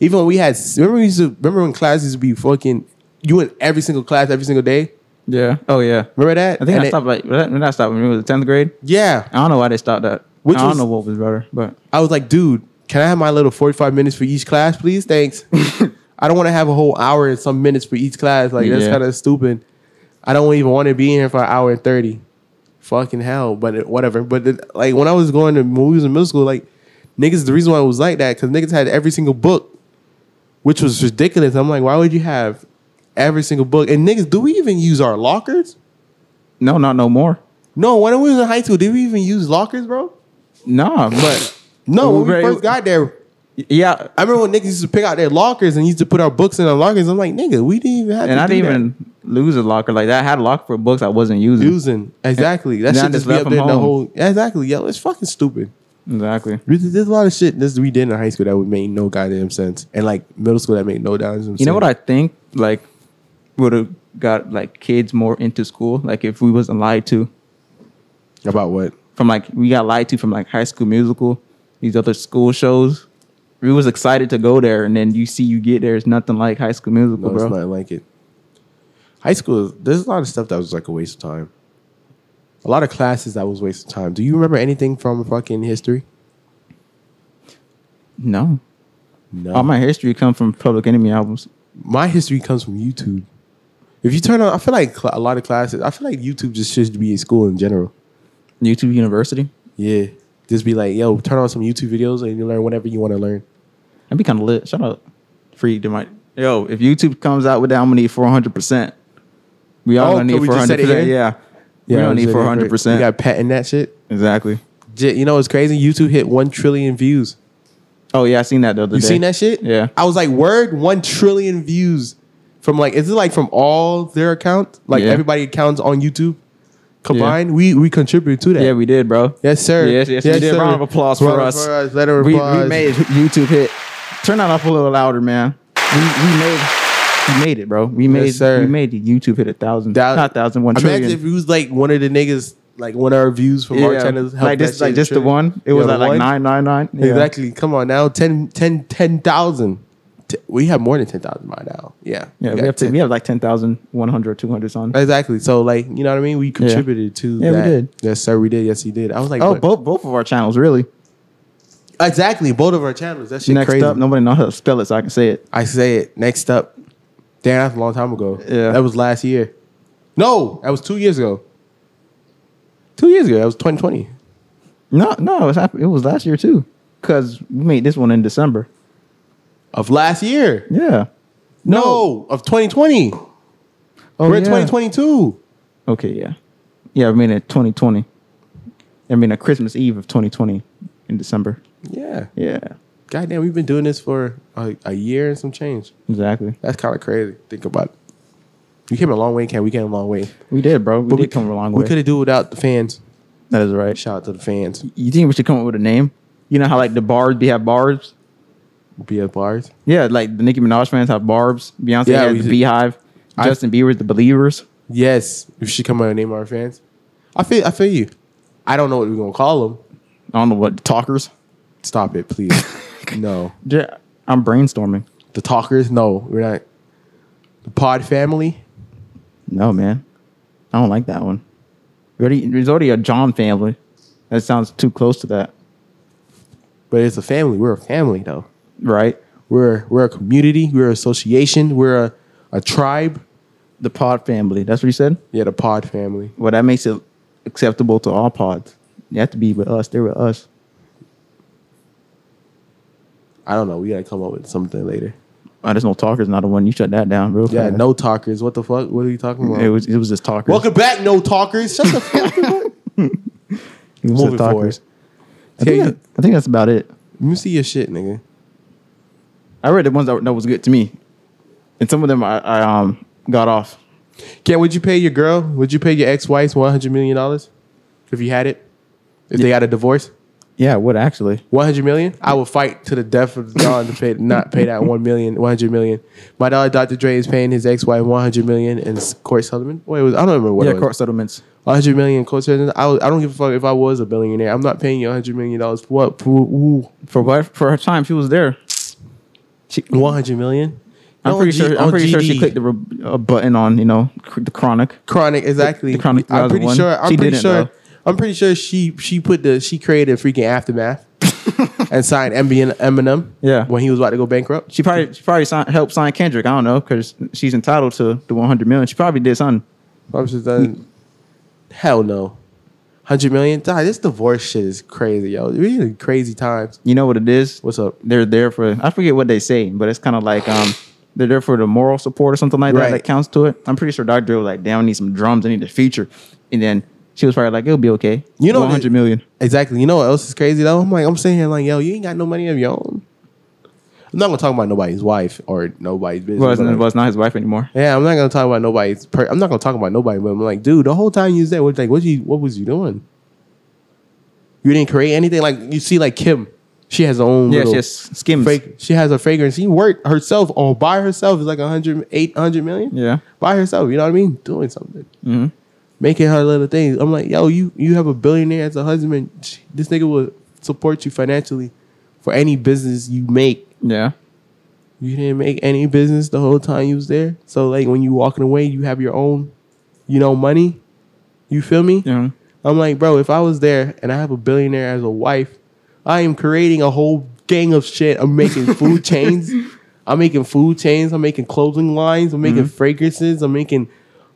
[SPEAKER 1] Even when we had, remember we used to remember when classes used to be fucking. You in every single class every single day.
[SPEAKER 2] Yeah. Oh, yeah.
[SPEAKER 1] Remember that?
[SPEAKER 2] I think
[SPEAKER 1] And
[SPEAKER 2] I
[SPEAKER 1] it-
[SPEAKER 2] stopped like when I stopped when it was tenth grade.
[SPEAKER 1] Yeah,
[SPEAKER 2] I don't know why they stopped that.
[SPEAKER 1] Which
[SPEAKER 2] I don't
[SPEAKER 1] was-
[SPEAKER 2] know what was better, but
[SPEAKER 1] I was like, dude, can I have my little 45 minutes for each class, please? Thanks. I don't want to have a whole hour and some minutes for each class. Like, that's
[SPEAKER 2] Yeah.
[SPEAKER 1] kind of stupid. I don't even want to be in here for an hour and 30. Fucking hell. But it- whatever. But it- like, when I was going to movies in middle school, like, niggas, the reason why it was like that, because niggas had every single book, which was ridiculous. I'm like, why would you have every single book? And niggas, do we even use our lockers?
[SPEAKER 2] no, not no more.
[SPEAKER 1] No, when we was in high school, did we even use lockers, bro?
[SPEAKER 2] Nah, but
[SPEAKER 1] No, when
[SPEAKER 2] Right.
[SPEAKER 1] we first got there,
[SPEAKER 2] yeah,
[SPEAKER 1] I remember when niggas used to pick out their lockers and used to put our books in our lockers. I'm like, nigga, we didn't even have
[SPEAKER 2] and
[SPEAKER 1] to
[SPEAKER 2] I
[SPEAKER 1] do
[SPEAKER 2] didn't
[SPEAKER 1] that.
[SPEAKER 2] even lose a locker like that. I had a locker for books I wasn't using.
[SPEAKER 1] using exactly. That
[SPEAKER 2] Now I
[SPEAKER 1] shit
[SPEAKER 2] just
[SPEAKER 1] just be
[SPEAKER 2] left
[SPEAKER 1] up
[SPEAKER 2] them
[SPEAKER 1] there the
[SPEAKER 2] home.
[SPEAKER 1] whole yeah, exactly. Yo, it's fucking stupid.
[SPEAKER 2] Exactly.
[SPEAKER 1] There's there's a lot of shit this we did in high school that would make no goddamn sense, and like middle school that made no goddamn sense.
[SPEAKER 2] You know what I think? Like, would have got like kids more into school. Like if we wasn't lied to
[SPEAKER 1] about what?
[SPEAKER 2] from like we got lied to from like High School Musical, these other school shows. We was excited to go there, and then you see you get there. It's nothing like High School Musical,
[SPEAKER 1] No,
[SPEAKER 2] bro.
[SPEAKER 1] it's not like it. High school. There's a lot of stuff that was like a waste of time. A lot of classes that was a waste of time. Do you remember anything from fucking history?
[SPEAKER 2] No,
[SPEAKER 1] No.
[SPEAKER 2] all my history come from Public Enemy albums.
[SPEAKER 1] my history comes from YouTube. If you turn on, I feel like cl- a lot of classes. I feel like YouTube just should be in school in general.
[SPEAKER 2] YouTube University.
[SPEAKER 1] Yeah, just be like, yo, turn on some YouTube videos and you learn whatever you want to learn.
[SPEAKER 2] That'd be kind of lit. Shout out free to my yo. If YouTube comes out with that, I'm gonna need 400. percent We all
[SPEAKER 1] Oh,
[SPEAKER 2] gonna
[SPEAKER 1] so
[SPEAKER 2] need
[SPEAKER 1] we just said
[SPEAKER 2] 400.
[SPEAKER 1] it
[SPEAKER 2] percent
[SPEAKER 1] here?
[SPEAKER 2] Yeah, we don't need
[SPEAKER 1] so
[SPEAKER 2] 400.
[SPEAKER 1] You
[SPEAKER 2] percent
[SPEAKER 1] got patent that shit.
[SPEAKER 2] Exactly.
[SPEAKER 1] J- You know, it's crazy. YouTube hit one trillion views.
[SPEAKER 2] Oh yeah, I seen that the other
[SPEAKER 1] You
[SPEAKER 2] day.
[SPEAKER 1] seen that shit?
[SPEAKER 2] Yeah.
[SPEAKER 1] I was like, word, one trillion views from like, is it like from all their accounts, like
[SPEAKER 2] Yeah.
[SPEAKER 1] everybody accounts on YouTube combined? We we contribute to that.
[SPEAKER 2] Yeah, we did, bro.
[SPEAKER 1] yes, sir.
[SPEAKER 2] Yes, yes, we did. Round of applause for
[SPEAKER 1] Round of
[SPEAKER 2] us.
[SPEAKER 1] Let her
[SPEAKER 2] We,
[SPEAKER 1] applause.
[SPEAKER 2] we made YouTube hit. Turn that up a little louder, man. We, we made we made it, bro. We made
[SPEAKER 1] sir.
[SPEAKER 2] we made the YouTube hit a thousand,
[SPEAKER 1] Thou-
[SPEAKER 2] not thousand, one
[SPEAKER 1] Imagine
[SPEAKER 2] trillion.
[SPEAKER 1] if it was like one of the niggas, like one of our views from our
[SPEAKER 2] Yeah.
[SPEAKER 1] channels. helped
[SPEAKER 2] like
[SPEAKER 1] that
[SPEAKER 2] this, like
[SPEAKER 1] shit
[SPEAKER 2] just the
[SPEAKER 1] trillion.
[SPEAKER 2] one. It
[SPEAKER 1] Yeah,
[SPEAKER 2] was
[SPEAKER 1] the
[SPEAKER 2] at like
[SPEAKER 1] one.
[SPEAKER 2] nine nine nine. Yeah.
[SPEAKER 1] Exactly. Come on now, 10, 10, 10,000. T- we have more than ten thousand by now. Yeah.
[SPEAKER 2] Yeah, we,
[SPEAKER 1] got
[SPEAKER 2] have to,
[SPEAKER 1] 10.
[SPEAKER 2] we have like 10,100, 200 on.
[SPEAKER 1] Exactly. So like you know what I mean? We contributed to
[SPEAKER 2] Yeah, we
[SPEAKER 1] that.
[SPEAKER 2] did.
[SPEAKER 1] Yes, sir, we did. Yes, he did. I was like,
[SPEAKER 2] Oh,
[SPEAKER 1] but-
[SPEAKER 2] both both of our channels really.
[SPEAKER 1] exactly. Both of our channels. That shit
[SPEAKER 2] Next
[SPEAKER 1] crazy.
[SPEAKER 2] up, nobody knows how to spell it, so I can say it.
[SPEAKER 1] I say it. Next up. Damn, that's a long time ago.
[SPEAKER 2] Yeah.
[SPEAKER 1] That was last year. No, that was two years ago. Two years ago. That was twenty twenty.
[SPEAKER 2] No, no, it was, hap- it was last year too, because we made this one in December.
[SPEAKER 1] Of last year.
[SPEAKER 2] Yeah.
[SPEAKER 1] No, of twenty twenty.
[SPEAKER 2] Oh,
[SPEAKER 1] We're
[SPEAKER 2] yeah.
[SPEAKER 1] in 2022.
[SPEAKER 2] Okay, yeah, yeah. I mean, in 2020. I mean, a Christmas Eve of 2020 in December.
[SPEAKER 1] Yeah.
[SPEAKER 2] Yeah,
[SPEAKER 1] Goddamn, we've been doing this for a, a year and some change.
[SPEAKER 2] exactly.
[SPEAKER 1] That's kind of crazy. Think about it. We came a long way, Ken. We came a long way.
[SPEAKER 2] We did, bro. We
[SPEAKER 1] But
[SPEAKER 2] did come a long
[SPEAKER 1] We
[SPEAKER 2] way.
[SPEAKER 1] could have do without the fans.
[SPEAKER 2] That is right.
[SPEAKER 1] Shout out to the fans.
[SPEAKER 2] You think we should come up with a name? You know how like the barbs be have barbs.
[SPEAKER 1] BF bars.
[SPEAKER 2] Yeah, like the Nicki Minaj fans have barbs. Beyonce
[SPEAKER 1] Yeah,
[SPEAKER 2] has
[SPEAKER 1] we
[SPEAKER 2] the
[SPEAKER 1] should-
[SPEAKER 2] Beehive.
[SPEAKER 1] I-
[SPEAKER 2] Justin Bieber's the Believers.
[SPEAKER 1] Yes, we should come out and name our fans. I feel. I feel you. I don't know what we're gonna call them.
[SPEAKER 2] I don't know what talkers.
[SPEAKER 1] Stop it, please. No.
[SPEAKER 2] Ju- I'm brainstorming.
[SPEAKER 1] The talkers? No, we're not. The pod family?
[SPEAKER 2] No, man. I don't like that one. We already- There's already a John family. That sounds too close to that,
[SPEAKER 1] But it's a family. We're a family, though.
[SPEAKER 2] right?
[SPEAKER 1] We're we're a community. We're an association. We're a, a tribe.
[SPEAKER 2] The pod family. That's what you said?
[SPEAKER 1] Yeah, the pod family.
[SPEAKER 2] Well, that makes it acceptable to all pods. They have to be with us. They're with us.
[SPEAKER 1] I don't know. We gotta come up with something later.
[SPEAKER 2] Oh, there's no talkers, not the one. You shut that down real
[SPEAKER 1] Yeah,
[SPEAKER 2] fast.
[SPEAKER 1] no talkers. What the fuck? What are you talking about?
[SPEAKER 2] It was it was just talkers.
[SPEAKER 1] Welcome back, no talkers. Shut the fuck up.
[SPEAKER 2] it was
[SPEAKER 1] moving forward.
[SPEAKER 2] just talkers. I think,
[SPEAKER 1] Yeah,
[SPEAKER 2] that- I think that's about it.
[SPEAKER 1] Let me see your shit, nigga.
[SPEAKER 2] I read the ones that, that was good to me, and some of them I, I um got off.
[SPEAKER 1] Ken, would you pay your girl? Would you pay your ex-wife one hundred million dollars if you had it? If they got a divorce,
[SPEAKER 2] Yeah, what actually?
[SPEAKER 1] one hundred million. I would fight to the death of Don to pay not pay that one million, one hundred million. My dollar, Dr. Dre is paying his ex-wife one hundred million in court settlement. Wait, it was I don't remember what. it
[SPEAKER 2] Yeah,
[SPEAKER 1] was.
[SPEAKER 2] court settlements.
[SPEAKER 1] 100 million court settlements. I, was- I don't give a fuck if I was a billionaire. I'm not paying you 100 million dollars for what? For ooh,
[SPEAKER 2] For what? For her time, she was there.
[SPEAKER 1] 100 million?
[SPEAKER 2] I'm
[SPEAKER 1] No,
[SPEAKER 2] pretty
[SPEAKER 1] G-
[SPEAKER 2] sure. I'm
[SPEAKER 1] on
[SPEAKER 2] pretty sure she
[SPEAKER 1] GD.
[SPEAKER 2] clicked the re- a button on you know cr- the chronic.
[SPEAKER 1] chronic exactly.
[SPEAKER 2] the Chronic
[SPEAKER 1] I'm
[SPEAKER 2] 2001.
[SPEAKER 1] pretty sure. I'm
[SPEAKER 2] She
[SPEAKER 1] pretty
[SPEAKER 2] didn't,
[SPEAKER 1] sure.
[SPEAKER 2] though.
[SPEAKER 1] I'm pretty sure she she put the she created freaking aftermath and signed Eminem. Eminem.
[SPEAKER 2] Yeah.
[SPEAKER 1] When he was about to go bankrupt.
[SPEAKER 2] She probably she probably sign, helped sign Kendrick. I don't know because she's entitled to the 100 million. She probably did something.
[SPEAKER 1] I was just like, hell no. 100 million? Die. This divorce shit is crazy, yo. We in crazy times.
[SPEAKER 2] You know what it is?
[SPEAKER 1] What's up?
[SPEAKER 2] they're there for I forget what they say, but it's kind of like um they're there for the moral support or something like
[SPEAKER 1] Right.
[SPEAKER 2] that that counts to it. I'm pretty sure Dr. Dre was like, "Damn, I need some drums. I need a feature," and then she was probably like, "It'll be okay."
[SPEAKER 1] You know
[SPEAKER 2] one
[SPEAKER 1] that-
[SPEAKER 2] hundred million.
[SPEAKER 1] Exactly. You know what else is crazy though? I'm like, I'm sitting here like, yo, you ain't got no money of your own. I'm not gonna talk about nobody's wife or nobody's business.
[SPEAKER 2] Well, it's,
[SPEAKER 1] but like-
[SPEAKER 2] well, it's not his wife anymore.
[SPEAKER 1] yeah, I'm not gonna talk about nobody's. Per- I'm not gonna talk about nobody. But I'm like, dude, the whole time you was there, what like, what you, what was you doing? You didn't create anything. Like you see, like Kim, she has her own.
[SPEAKER 2] Yeah,
[SPEAKER 1] little
[SPEAKER 2] she has skims.
[SPEAKER 1] Fake, she has a fragrance. She worked herself all by herself. It's like a hundred, eight hundred million
[SPEAKER 2] Yeah,
[SPEAKER 1] by herself. You know what I mean? Doing something
[SPEAKER 2] hmm
[SPEAKER 1] making her little things. I'm like, yo, you you have a billionaire as a husband. Sh- This nigga will support you financially for any business you make.
[SPEAKER 2] yeah.
[SPEAKER 1] You didn't make any business the whole time you was there. So like when you walking away, you have your own, you know, money. You feel me?
[SPEAKER 2] hmm
[SPEAKER 1] I'm like, bro, if I was there and I have a billionaire as a wife, I am creating a whole gang of shit. I'm making food chains. I'm making food chains. I'm making clothing lines. I'm making
[SPEAKER 2] Mm-hmm.
[SPEAKER 1] fragrances. I'm making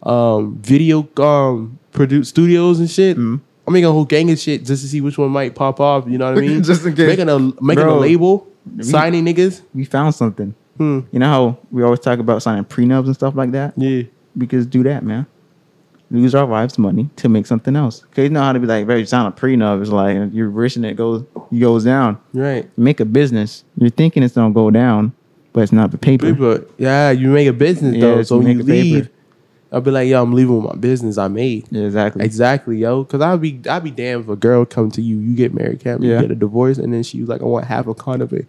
[SPEAKER 1] um, video um, produce studios and shit.
[SPEAKER 2] Mm-hmm.
[SPEAKER 1] I'm making a whole gang of shit just to see which one might pop off. You know what I mean?
[SPEAKER 2] Just in case.
[SPEAKER 1] Making a making a
[SPEAKER 2] Bro.
[SPEAKER 1] label, signing niggas.
[SPEAKER 2] We found something.
[SPEAKER 1] Hmm.
[SPEAKER 2] You know how we always talk about signing prenups and stuff like that.
[SPEAKER 1] Yeah.
[SPEAKER 2] because do that, man. Lose our wives' money to make something else. Cause you know how to be like, very sound a prenup is like you're wishing it goes you goes down.
[SPEAKER 1] You're right.
[SPEAKER 2] Make a business. You're thinking it's gonna go down, but it's not the paper.
[SPEAKER 1] But yeah, you make a business
[SPEAKER 2] Yeah,
[SPEAKER 1] though.
[SPEAKER 2] you
[SPEAKER 1] So when
[SPEAKER 2] make
[SPEAKER 1] you
[SPEAKER 2] a paper.
[SPEAKER 1] leave, I'll be like, yo, I'm leaving with my business I made.
[SPEAKER 2] Yeah, exactly.
[SPEAKER 1] Exactly, yo. Cause I'd be I'd be damned if a girl come to you, you get married, Cap, you
[SPEAKER 2] Yeah.
[SPEAKER 1] get a divorce, and then she was like, I want half a con of it.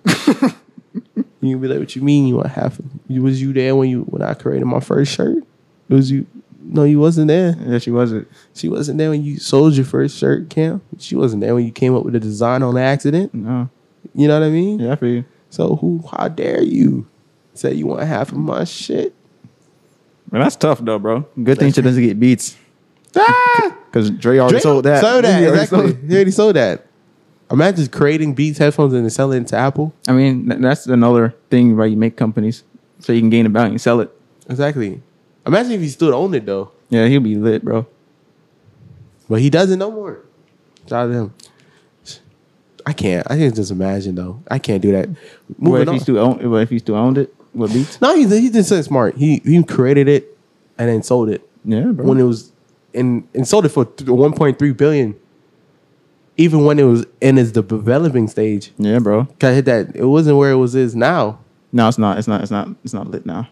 [SPEAKER 1] you be like, What you mean you want half of you was you there when you when I created my first shirt? Was you no, you wasn't there.
[SPEAKER 2] Yeah, she wasn't.
[SPEAKER 1] She wasn't there when you sold your first shirt, Cam. She wasn't there when you came up with a design on accident.
[SPEAKER 2] No.
[SPEAKER 1] You know what I mean?
[SPEAKER 2] Yeah, for you.
[SPEAKER 1] So who how dare you say you want half of my shit?
[SPEAKER 2] Well, that's tough though, bro. Good thing she doesn't get beats.
[SPEAKER 1] Ah!
[SPEAKER 2] Cause Dre already sold that.
[SPEAKER 1] Sold that.
[SPEAKER 2] He already
[SPEAKER 1] exactly.
[SPEAKER 2] sold-
[SPEAKER 1] He already sold that. Imagine just creating Beats headphones and then selling it to Apple.
[SPEAKER 2] I mean, th- that's another thing where you make companies so you can gain about and sell it.
[SPEAKER 1] Exactly. Imagine if he still owned it though,
[SPEAKER 2] Yeah, he'll be lit, bro.
[SPEAKER 1] but he doesn't no more. Shout out to him. I can't. I can just imagine though. I can't do that.
[SPEAKER 2] What
[SPEAKER 1] Moving
[SPEAKER 2] if he
[SPEAKER 1] on.
[SPEAKER 2] still owned? What if he still owned it? What beats?
[SPEAKER 1] no, he's he's just so smart. He he created it and then sold it
[SPEAKER 2] Yeah, bro.
[SPEAKER 1] when it was and and sold it for one point three billion. Even when it was in its developing stage,
[SPEAKER 2] yeah, bro.
[SPEAKER 1] Cause I hit that. It wasn't where it was is now.
[SPEAKER 2] No, it's not. It's not. It's not. It's not lit now.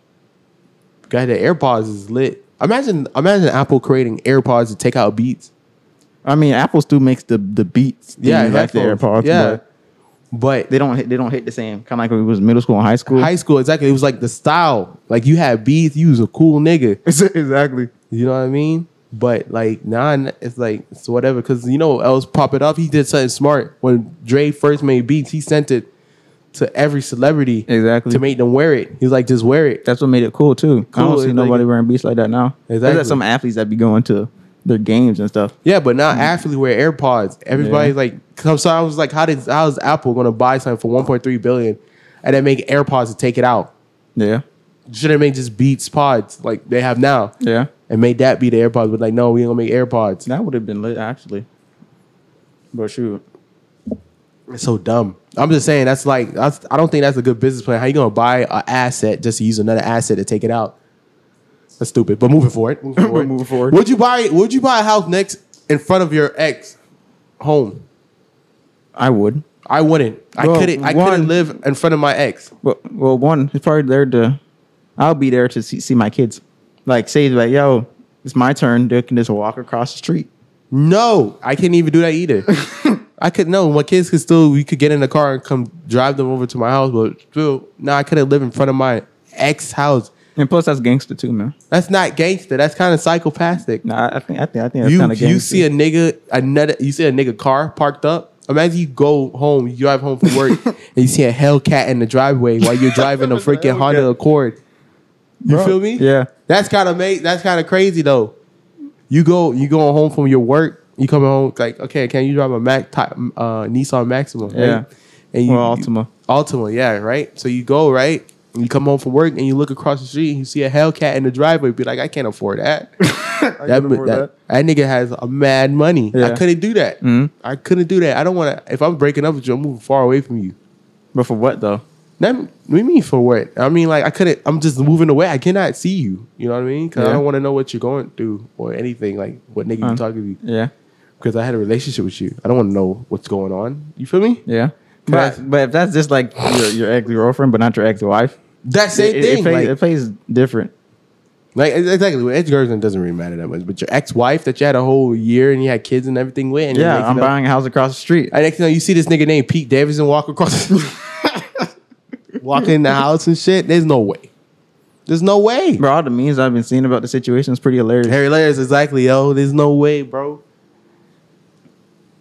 [SPEAKER 1] God, the AirPods is lit. Imagine, imagine Apple creating AirPods to take out Beats.
[SPEAKER 2] I mean, Apple still makes the the beats. that you like the
[SPEAKER 1] headphones.
[SPEAKER 2] AirPods.
[SPEAKER 1] Yeah,
[SPEAKER 2] but
[SPEAKER 1] but
[SPEAKER 2] they don't hit. They don't hit the same. Kind of like when it was middle school and high school.
[SPEAKER 1] high school exactly. It was like the style. Like you had Beats, you was a cool nigga.
[SPEAKER 2] exactly.
[SPEAKER 1] You know what I mean? But like now, n- it's like it's whatever. Cause you know, what else pop it off. He did something smart when Dre first made Beats. He sent it to every celebrity
[SPEAKER 2] Exactly.
[SPEAKER 1] to make them wear it. He's like, just wear it.
[SPEAKER 2] That's what made it cool too. I
[SPEAKER 1] Cool,
[SPEAKER 2] don't see
[SPEAKER 1] it's
[SPEAKER 2] nobody
[SPEAKER 1] like-
[SPEAKER 2] wearing beats like that now.
[SPEAKER 1] Exactly.
[SPEAKER 2] There's some athletes that be going to their games and stuff.
[SPEAKER 1] Yeah, but now athletes wear AirPods. Everybody's like, 'cause- so I was like, how did how is Apple going to buy something for 1.3 billion and then make AirPods to take it out?
[SPEAKER 2] Yeah.
[SPEAKER 1] Should they make just Beats pods like they have now
[SPEAKER 2] Yeah.
[SPEAKER 1] and made that be the AirPods? But like, no, we ain't gonna make AirPods.
[SPEAKER 2] That would have been lit actually. But shoot.
[SPEAKER 1] It's so dumb. I'm just saying that's like that's, I don't think that's a good business plan. How you gonna buy an asset just to use another asset to take it out? That's stupid. But moving forward, moving
[SPEAKER 2] We're
[SPEAKER 1] forward,
[SPEAKER 2] moving forward.
[SPEAKER 1] Would you buy? Would you buy a house next in front of your ex home?
[SPEAKER 2] I would.
[SPEAKER 1] I wouldn't. I
[SPEAKER 2] Well,
[SPEAKER 1] couldn't. I
[SPEAKER 2] one-
[SPEAKER 1] couldn't live in front of my ex.
[SPEAKER 2] Well, well, one, it's probably there to, I'll be there to see, see my kids. Like, say, like, yo, it's my turn. They can just walk across the street.
[SPEAKER 1] No, I couldn't even do that either. I could no. My kids could still. We could get in the car and come drive them over to my house, but still, no, I couldn't live in front of my ex house.
[SPEAKER 2] And plus, that's gangster too, man.
[SPEAKER 1] That's not gangster. That's kind of psychopathic.
[SPEAKER 2] Nah, I think, I think, I think that's
[SPEAKER 1] you
[SPEAKER 2] kind of gangster.
[SPEAKER 1] you see a nigga another you see a nigga car parked up. Imagine you go home, you drive home from work, and you see a Hellcat in the driveway while you're driving a freaking Honda Accord. You
[SPEAKER 2] Bro,
[SPEAKER 1] feel me?
[SPEAKER 2] Yeah.
[SPEAKER 1] That's kind of mate. That's kind of crazy though. You go you going home from your work. You coming home like okay, can you drive a Mac type, uh, Nissan Maxima? right?
[SPEAKER 2] Yeah.
[SPEAKER 1] And you,
[SPEAKER 2] Or Altima.
[SPEAKER 1] Altima, yeah, right. So you go right. And you come home from work and you look across the street and you see a Hellcat in the driveway. Be like, I can't afford that. that,
[SPEAKER 2] can afford
[SPEAKER 1] that, that nigga has a mad money.
[SPEAKER 2] Yeah. Mm-hmm.
[SPEAKER 1] I couldn't do that. I couldn't do that. I don't want to. If I'm breaking up with you, I'm moving far away from you.
[SPEAKER 2] But for what, though?
[SPEAKER 1] That we mean for what? I mean, like I couldn't. I'm just moving away. I cannot see you. You know what I mean? Because
[SPEAKER 2] Yeah.
[SPEAKER 1] I don't want to know what you're going through or anything. Like what nigga
[SPEAKER 2] Uh.
[SPEAKER 1] you talking to?
[SPEAKER 2] Yeah.
[SPEAKER 1] Because I had a relationship with you. I don't want to know what's going on. You feel me?
[SPEAKER 2] Yeah.
[SPEAKER 1] That's-
[SPEAKER 2] But, but if that's just like your, your ex girlfriend, but not your ex wife,
[SPEAKER 1] That same
[SPEAKER 2] it,
[SPEAKER 1] thing.
[SPEAKER 2] it, plays,
[SPEAKER 1] like-
[SPEAKER 2] it plays different.
[SPEAKER 1] Like ex- exactly, with ex girlfriend doesn't really matter that much, but your ex wife that you had a whole year and you had kids and everything with, and next
[SPEAKER 2] Yeah, I'm
[SPEAKER 1] thing you know-
[SPEAKER 2] buying a house across the street.
[SPEAKER 1] And next thing you know, you see this nigga named Pete Davidson walk across, walk in the house and shit. There's no way. There's no way.
[SPEAKER 2] Bro, all the memes I've been seeing about the situation is pretty hilarious.
[SPEAKER 1] Harry Layers, exactly, yo. There's no way, bro.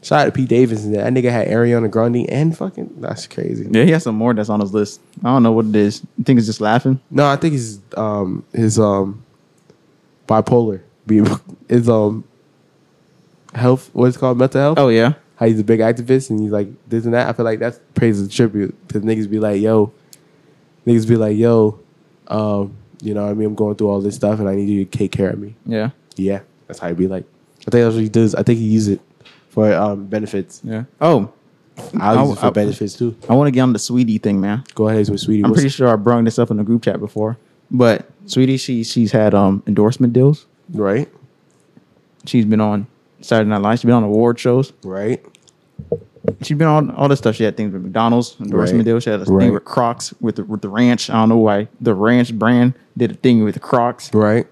[SPEAKER 1] Shout out to Pete Davidson. That nigga had Ariana Grande and fucking. That's crazy.
[SPEAKER 2] Yeah, he has some more that's on his list. I don't know what it is. You think it's just laughing?
[SPEAKER 1] No, I think he's um his um bipolar. Be his um health. What's it called mental health.
[SPEAKER 2] Oh yeah,
[SPEAKER 1] how he's a big activist and he's like this and that. I feel like that's praise and tribute because niggas be like, yo, niggas be like, yo, um, you know what I mean? I'm going through all this stuff and I need you to take care of me.
[SPEAKER 2] yeah,
[SPEAKER 1] Yeah, that's how he be like. I think that's what he does. I think he used it for um, benefits.
[SPEAKER 2] yeah. Oh,
[SPEAKER 1] I'll use it for
[SPEAKER 2] I'll-
[SPEAKER 1] benefits too.
[SPEAKER 2] I want to get on the sweetie thing, man.
[SPEAKER 1] Go ahead, with sweetie.
[SPEAKER 2] I'm
[SPEAKER 1] What's-
[SPEAKER 2] pretty sure I brung this up in the group chat before, but sweetie, she she's had um endorsement deals.
[SPEAKER 1] right,
[SPEAKER 2] She's been on Saturday Night Live. She's been on award shows.
[SPEAKER 1] right.
[SPEAKER 2] She's been on all this stuff. She had things with McDonald's endorsement
[SPEAKER 1] Right.
[SPEAKER 2] deals. She had a
[SPEAKER 1] Right.
[SPEAKER 2] thing with Crocs with the, with the ranch. I don't know why the ranch brand did a thing with Crocs.
[SPEAKER 1] Right.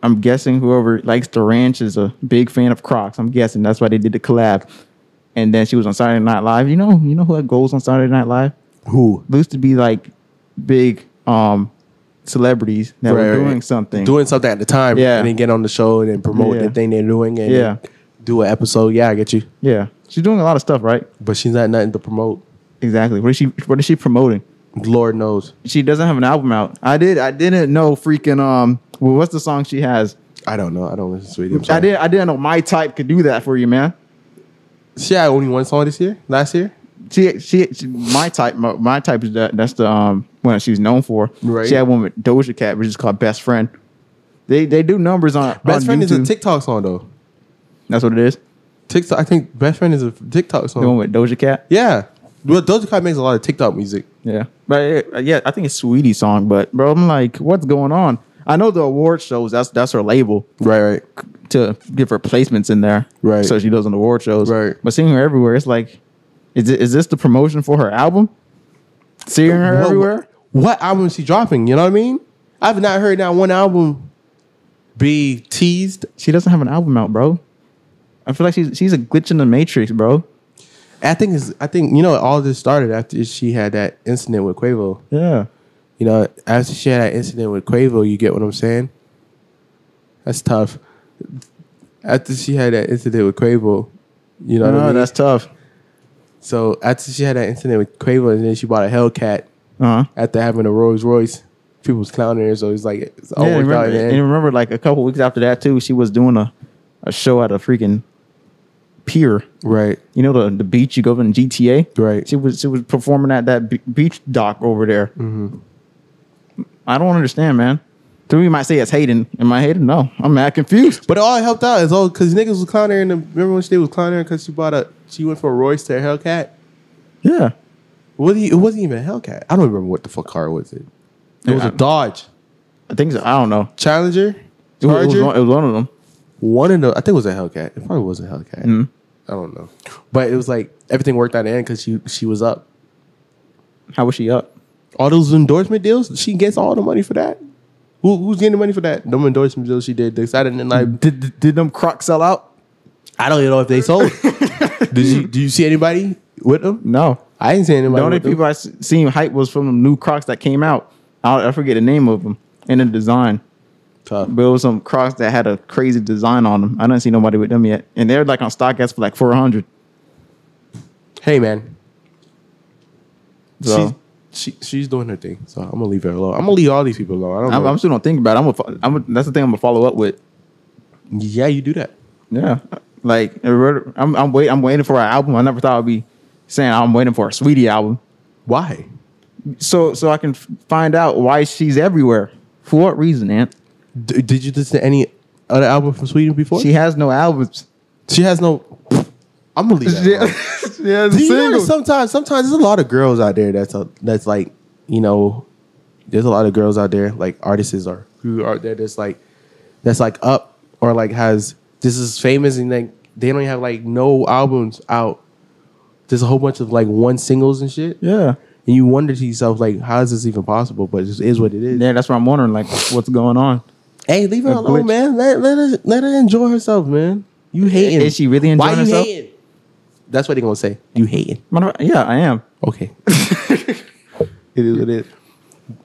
[SPEAKER 2] I'm guessing whoever likes the ranch is a big fan of Crocs. I'm guessing that's why they did the collab. And then she was on Saturday Night Live. You know, you know who had goals on Saturday Night Live?
[SPEAKER 1] Who?
[SPEAKER 2] Those to be like big um celebrities that
[SPEAKER 1] Right,
[SPEAKER 2] were
[SPEAKER 1] right,
[SPEAKER 2] doing
[SPEAKER 1] right.
[SPEAKER 2] something.
[SPEAKER 1] Doing something at the time.
[SPEAKER 2] Yeah.
[SPEAKER 1] And then get on the show and then promote
[SPEAKER 2] Yeah.
[SPEAKER 1] the thing they're doing and
[SPEAKER 2] Yeah.
[SPEAKER 1] do an episode. Yeah, I get you.
[SPEAKER 2] yeah, she's doing a lot of stuff, right?
[SPEAKER 1] But she's not nothing to promote.
[SPEAKER 2] Exactly. What is she? What is she promoting?
[SPEAKER 1] Lord knows.
[SPEAKER 2] She doesn't have an album out. I did. I didn't know freaking um. Well, what's the song she has?
[SPEAKER 1] I don't know. I don't listen to Sweetie. I'm
[SPEAKER 2] I
[SPEAKER 1] sorry.
[SPEAKER 2] did. I didn't know my type could do that for you, man.
[SPEAKER 1] She had only one song this year. Last year.
[SPEAKER 2] Oh, she, she, she my type my, my type is that that's the um one she's known for.
[SPEAKER 1] Right.
[SPEAKER 2] She had one with Doja Cat, which is called Best Friend. They they do numbers on
[SPEAKER 1] Best
[SPEAKER 2] on
[SPEAKER 1] friend is a
[SPEAKER 2] YouTube.
[SPEAKER 1] TikTok song though.
[SPEAKER 2] That's what it is.
[SPEAKER 1] TikTok. I think best friend is a TikTok
[SPEAKER 2] The one
[SPEAKER 1] song.
[SPEAKER 2] with Doja Cat.
[SPEAKER 1] Yeah. Well, Doja Cat makes a lot of TikTok music.
[SPEAKER 2] Yeah. But it- yeah, I think it's Sweetie's song. But bro, I'm like, what's going on? I know the award shows. That's that's her label
[SPEAKER 1] Right. Right.
[SPEAKER 2] to give her placements in there.
[SPEAKER 1] Right.
[SPEAKER 2] So she does on the award shows.
[SPEAKER 1] Right.
[SPEAKER 2] But seeing her everywhere, it's like, is it, is this the promotion for her album? Seeing her
[SPEAKER 1] What-
[SPEAKER 2] everywhere.
[SPEAKER 1] What, album is she dropping? You know what I mean? I've not heard that one album be teased.
[SPEAKER 2] She doesn't have an album out, bro. I feel like she's she's a glitch in the matrix, bro.
[SPEAKER 1] I think it's, I think you know all this started after she had that incident with Quavo.
[SPEAKER 2] Yeah.
[SPEAKER 1] You know, after she had that incident with Quavo, you get what I'm saying? That's tough. After she had that incident with Quavo, you know what I
[SPEAKER 2] No,
[SPEAKER 1] mean?
[SPEAKER 2] that's tough.
[SPEAKER 1] So after she had that incident with Quavo, and then she bought a Hellcat
[SPEAKER 2] Uh huh.
[SPEAKER 1] after having a Rolls Royce. People was clowning her, so it's like it's all
[SPEAKER 2] Yeah, and
[SPEAKER 1] worked out
[SPEAKER 2] remember,
[SPEAKER 1] in the
[SPEAKER 2] and
[SPEAKER 1] end.
[SPEAKER 2] remember, like a couple weeks after that too, she was doing a, a show at a freaking pier.
[SPEAKER 1] Right,
[SPEAKER 2] You know the the beach you go to in GTA.
[SPEAKER 1] right.
[SPEAKER 2] She was she was performing at that be- beach dock over there. I don't understand, man. Some of you might say it's hating. Am I hating? No, I'm mad confused.
[SPEAKER 1] But it all helped out. It's all because niggas was clowning her. And remember when she was clowning her because she bought a she went from a Royce to a Hellcat.
[SPEAKER 2] Yeah,
[SPEAKER 1] What do you- it wasn't even a Hellcat. I don't remember what the fuck car was it. It was
[SPEAKER 2] Yeah,
[SPEAKER 1] a
[SPEAKER 2] I-
[SPEAKER 1] Dodge
[SPEAKER 2] I think so. I don't know.
[SPEAKER 1] Challenger,
[SPEAKER 2] It was, it was
[SPEAKER 1] Charger.
[SPEAKER 2] one, it was one of them.
[SPEAKER 1] one of the I think it was a Hellcat. It probably was a Hellcat.
[SPEAKER 2] Mhm.
[SPEAKER 1] I don't know, but it was like everything worked out in the end because she she was up.
[SPEAKER 2] How was she up?
[SPEAKER 1] All those endorsement deals, she gets all the money for that. Who, who's getting the money for that? Them endorsement deals she did. They decided and like
[SPEAKER 2] Did did, did them crocs sell out?
[SPEAKER 1] I don't even know if they sold. did you do you see anybody with them?
[SPEAKER 2] No.
[SPEAKER 1] I didn't see anybody.
[SPEAKER 2] The only
[SPEAKER 1] with them.
[SPEAKER 2] people I s- seen hype was from the new Crocs that came out. I, I forget the name of them and the design,
[SPEAKER 1] Tough.
[SPEAKER 2] but it was some Crocs that had a crazy design on them. I don't see nobody with them yet, and they're like on StockX for like four hundred.
[SPEAKER 1] Hey man,
[SPEAKER 2] So
[SPEAKER 1] she, she she's doing her thing. So I'm gonna leave her alone. I'm gonna leave all these people alone. I don't
[SPEAKER 2] I'm,
[SPEAKER 1] know.
[SPEAKER 2] I'm still don't think about it. I'm a, fo- I'm a, that's the thing I'm gonna follow up with.
[SPEAKER 1] yeah, you do that.
[SPEAKER 2] Yeah, like it re- I'm I'm wait I'm waiting for an album. I never thought I'd be saying I'm waiting for a Sweetie album.
[SPEAKER 1] Why?
[SPEAKER 2] So so I can f- find out why she's everywhere. For what reason, Aunt?
[SPEAKER 1] D- did you listen to any other album from Sweden before?
[SPEAKER 2] She has no albums.
[SPEAKER 1] She has no. I'm gonna leave. That alone.
[SPEAKER 2] yeah,
[SPEAKER 1] Do you notice sometimes? Sometimes there's a lot of girls out there that's a, that's like you know, there's a lot of girls out there like artists are who are there that's like that's like up or like has this is famous and like they don't have like no albums out. There's a whole bunch of like one singles and shit,
[SPEAKER 2] Yeah.
[SPEAKER 1] and you wonder to yourself like, how is this even possible? But it just is what it is.
[SPEAKER 2] Yeah, that's what I'm wondering. Like, what's going on?
[SPEAKER 1] Hey, leave her
[SPEAKER 2] A
[SPEAKER 1] alone,
[SPEAKER 2] glitch.
[SPEAKER 1] man. Let, let her let her enjoy herself, man. You hating?
[SPEAKER 2] Is she really
[SPEAKER 1] Why
[SPEAKER 2] enjoying
[SPEAKER 1] you
[SPEAKER 2] herself?
[SPEAKER 1] hating? That's what they gonna say. You hating?
[SPEAKER 2] Matter of fact, Yeah, I am.
[SPEAKER 1] Okay. it is what it is.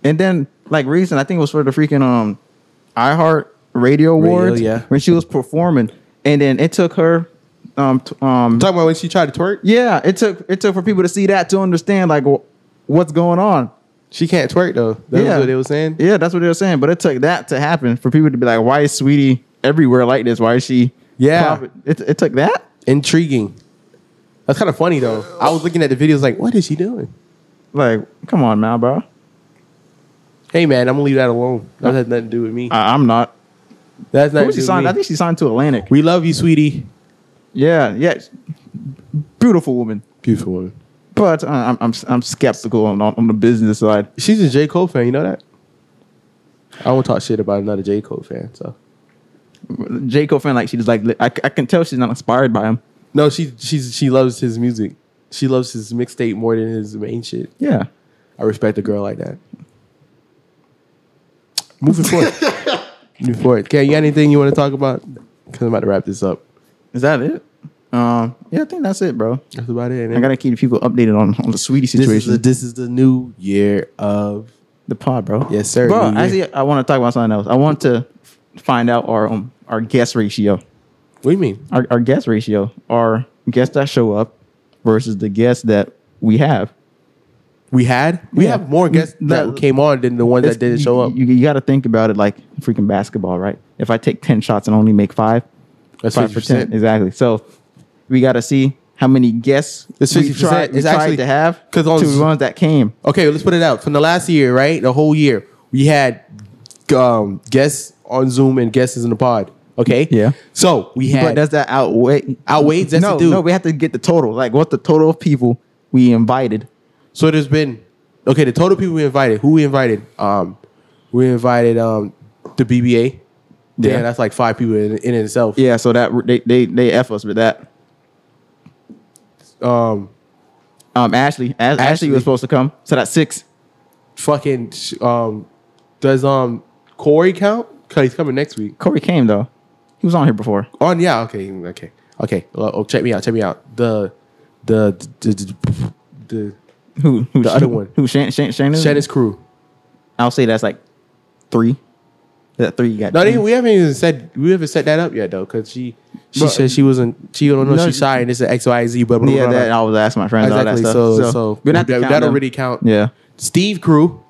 [SPEAKER 2] And then, like, recent, I think it was for the freaking um, iHeart Radio Awards.
[SPEAKER 1] yeah.
[SPEAKER 2] When she was performing, and then it took her, um, t- um,
[SPEAKER 1] Talking about when she tried to twerk,
[SPEAKER 2] yeah, it took it took for people to see that to understand like wh- what's going on.
[SPEAKER 1] she can't twerk though. That's
[SPEAKER 2] Yeah.
[SPEAKER 1] what they were saying.
[SPEAKER 2] Yeah, that's what they were saying. But it took that to happen for people to be like, why is Sweetie everywhere like this? Why is she?
[SPEAKER 1] Yeah.
[SPEAKER 2] poppin'?" It, it took that.
[SPEAKER 1] Intriguing. That's kind of funny though. I was looking at the videos like, what is she doing?
[SPEAKER 2] Like, come on, man, bro.
[SPEAKER 1] Hey man, I'm gonna leave that alone. That has nothing to do with me.
[SPEAKER 2] I, I'm not.
[SPEAKER 1] That's
[SPEAKER 2] Who
[SPEAKER 1] not.
[SPEAKER 2] was she signed? I think she signed to Atlantic.
[SPEAKER 1] we love you, sweetie.
[SPEAKER 2] Yeah, yeah, beautiful woman.
[SPEAKER 1] Beautiful woman.
[SPEAKER 2] But uh, I'm, I'm I'm skeptical on on the business side.
[SPEAKER 1] She's a J Cole fan. You know that. I won't talk shit about another J Cole fan. So
[SPEAKER 2] J Cole fan like she just like I, I can tell she's not inspired by him.
[SPEAKER 1] no, she she's she loves his music. She loves his mixtape more than his main shit.
[SPEAKER 2] Yeah,
[SPEAKER 1] I respect a girl like that. Moving forward. Moving forward. Ken, you got anything you want to talk about? Because I'm about to wrap this up.
[SPEAKER 2] is that it? Um, yeah, I think that's it, bro.
[SPEAKER 1] That's about it.
[SPEAKER 2] I gotta keep people updated on, on the sweetie
[SPEAKER 1] this, is
[SPEAKER 2] situation.
[SPEAKER 1] the, this is the new year of.
[SPEAKER 2] the pod, bro.
[SPEAKER 1] Yes, sir.
[SPEAKER 2] Bro,
[SPEAKER 1] New year.
[SPEAKER 2] actually, I want to talk about something else. I want to find out our um, our guest ratio,
[SPEAKER 1] What do you mean?
[SPEAKER 2] our, our guest ratio, our guests that show up versus the guests that we have.
[SPEAKER 1] We had? We
[SPEAKER 2] Yeah.
[SPEAKER 1] have more guests
[SPEAKER 2] We-
[SPEAKER 1] that
[SPEAKER 2] that-
[SPEAKER 1] came on than the ones that didn't
[SPEAKER 2] you-
[SPEAKER 1] show up.
[SPEAKER 2] You, got to think about it like freaking basketball, right? If I take ten shots and only make five,
[SPEAKER 1] That's
[SPEAKER 2] five
[SPEAKER 1] 50%.
[SPEAKER 2] percent exactly. So we got to see how many guests
[SPEAKER 1] It's
[SPEAKER 2] we
[SPEAKER 1] 50%.
[SPEAKER 2] tried, we
[SPEAKER 1] It's
[SPEAKER 2] tried
[SPEAKER 1] actually-
[SPEAKER 2] to have
[SPEAKER 1] 'cause
[SPEAKER 2] to
[SPEAKER 1] on-
[SPEAKER 2] the ones that came.
[SPEAKER 1] Okay, let's put it out. From the last year, right? The whole year, we had um, guests on Zoom and guests in the pod. Okay?
[SPEAKER 2] Yeah.
[SPEAKER 1] So we
[SPEAKER 2] But
[SPEAKER 1] had.
[SPEAKER 2] does that outweigh
[SPEAKER 1] Outweighs? That's
[SPEAKER 2] no,
[SPEAKER 1] the dude.
[SPEAKER 2] no. We have to get the total. Like, what's the total of people we invited?
[SPEAKER 1] So there's been okay. The total people we invited. Who we invited? Um, we invited um the BBA. Yeah,
[SPEAKER 2] Yeah.
[SPEAKER 1] that's like five people in, in itself.
[SPEAKER 2] Yeah, so that they they they f us with that.
[SPEAKER 1] Um,
[SPEAKER 2] Um, Ashley, Ash, Ashley,
[SPEAKER 1] Ashley.
[SPEAKER 2] was supposed to come, so that's six.
[SPEAKER 1] fucking sh- um, does um Corey count? Cause he's coming next week.
[SPEAKER 2] Corey came though. He was on here before.
[SPEAKER 1] On yeah. Okay. Okay. Okay. Well, oh, check me out. Check me out. The the the, the, the,
[SPEAKER 2] Who? who
[SPEAKER 1] The other one.
[SPEAKER 2] Who? Shannon. Shannon. Shannon?
[SPEAKER 1] Shannon's crew.
[SPEAKER 2] I'll say that's like three. Is That three you got.
[SPEAKER 1] No, they, we haven't even said we haven't set that up yet though, cause she She
[SPEAKER 2] But-
[SPEAKER 1] said she wasn't. She don't know.
[SPEAKER 2] No,
[SPEAKER 1] she's sorry. And it's an X Y Z. Blah blah
[SPEAKER 2] yeah,
[SPEAKER 1] blah.
[SPEAKER 2] that
[SPEAKER 1] blah.
[SPEAKER 2] I was asking my friends all that
[SPEAKER 1] exactly.
[SPEAKER 2] stuff.
[SPEAKER 1] So so,
[SPEAKER 2] we didn't have
[SPEAKER 1] that,
[SPEAKER 2] to count
[SPEAKER 1] that
[SPEAKER 2] them.
[SPEAKER 1] already count.
[SPEAKER 2] Yeah,
[SPEAKER 1] Steve Crew.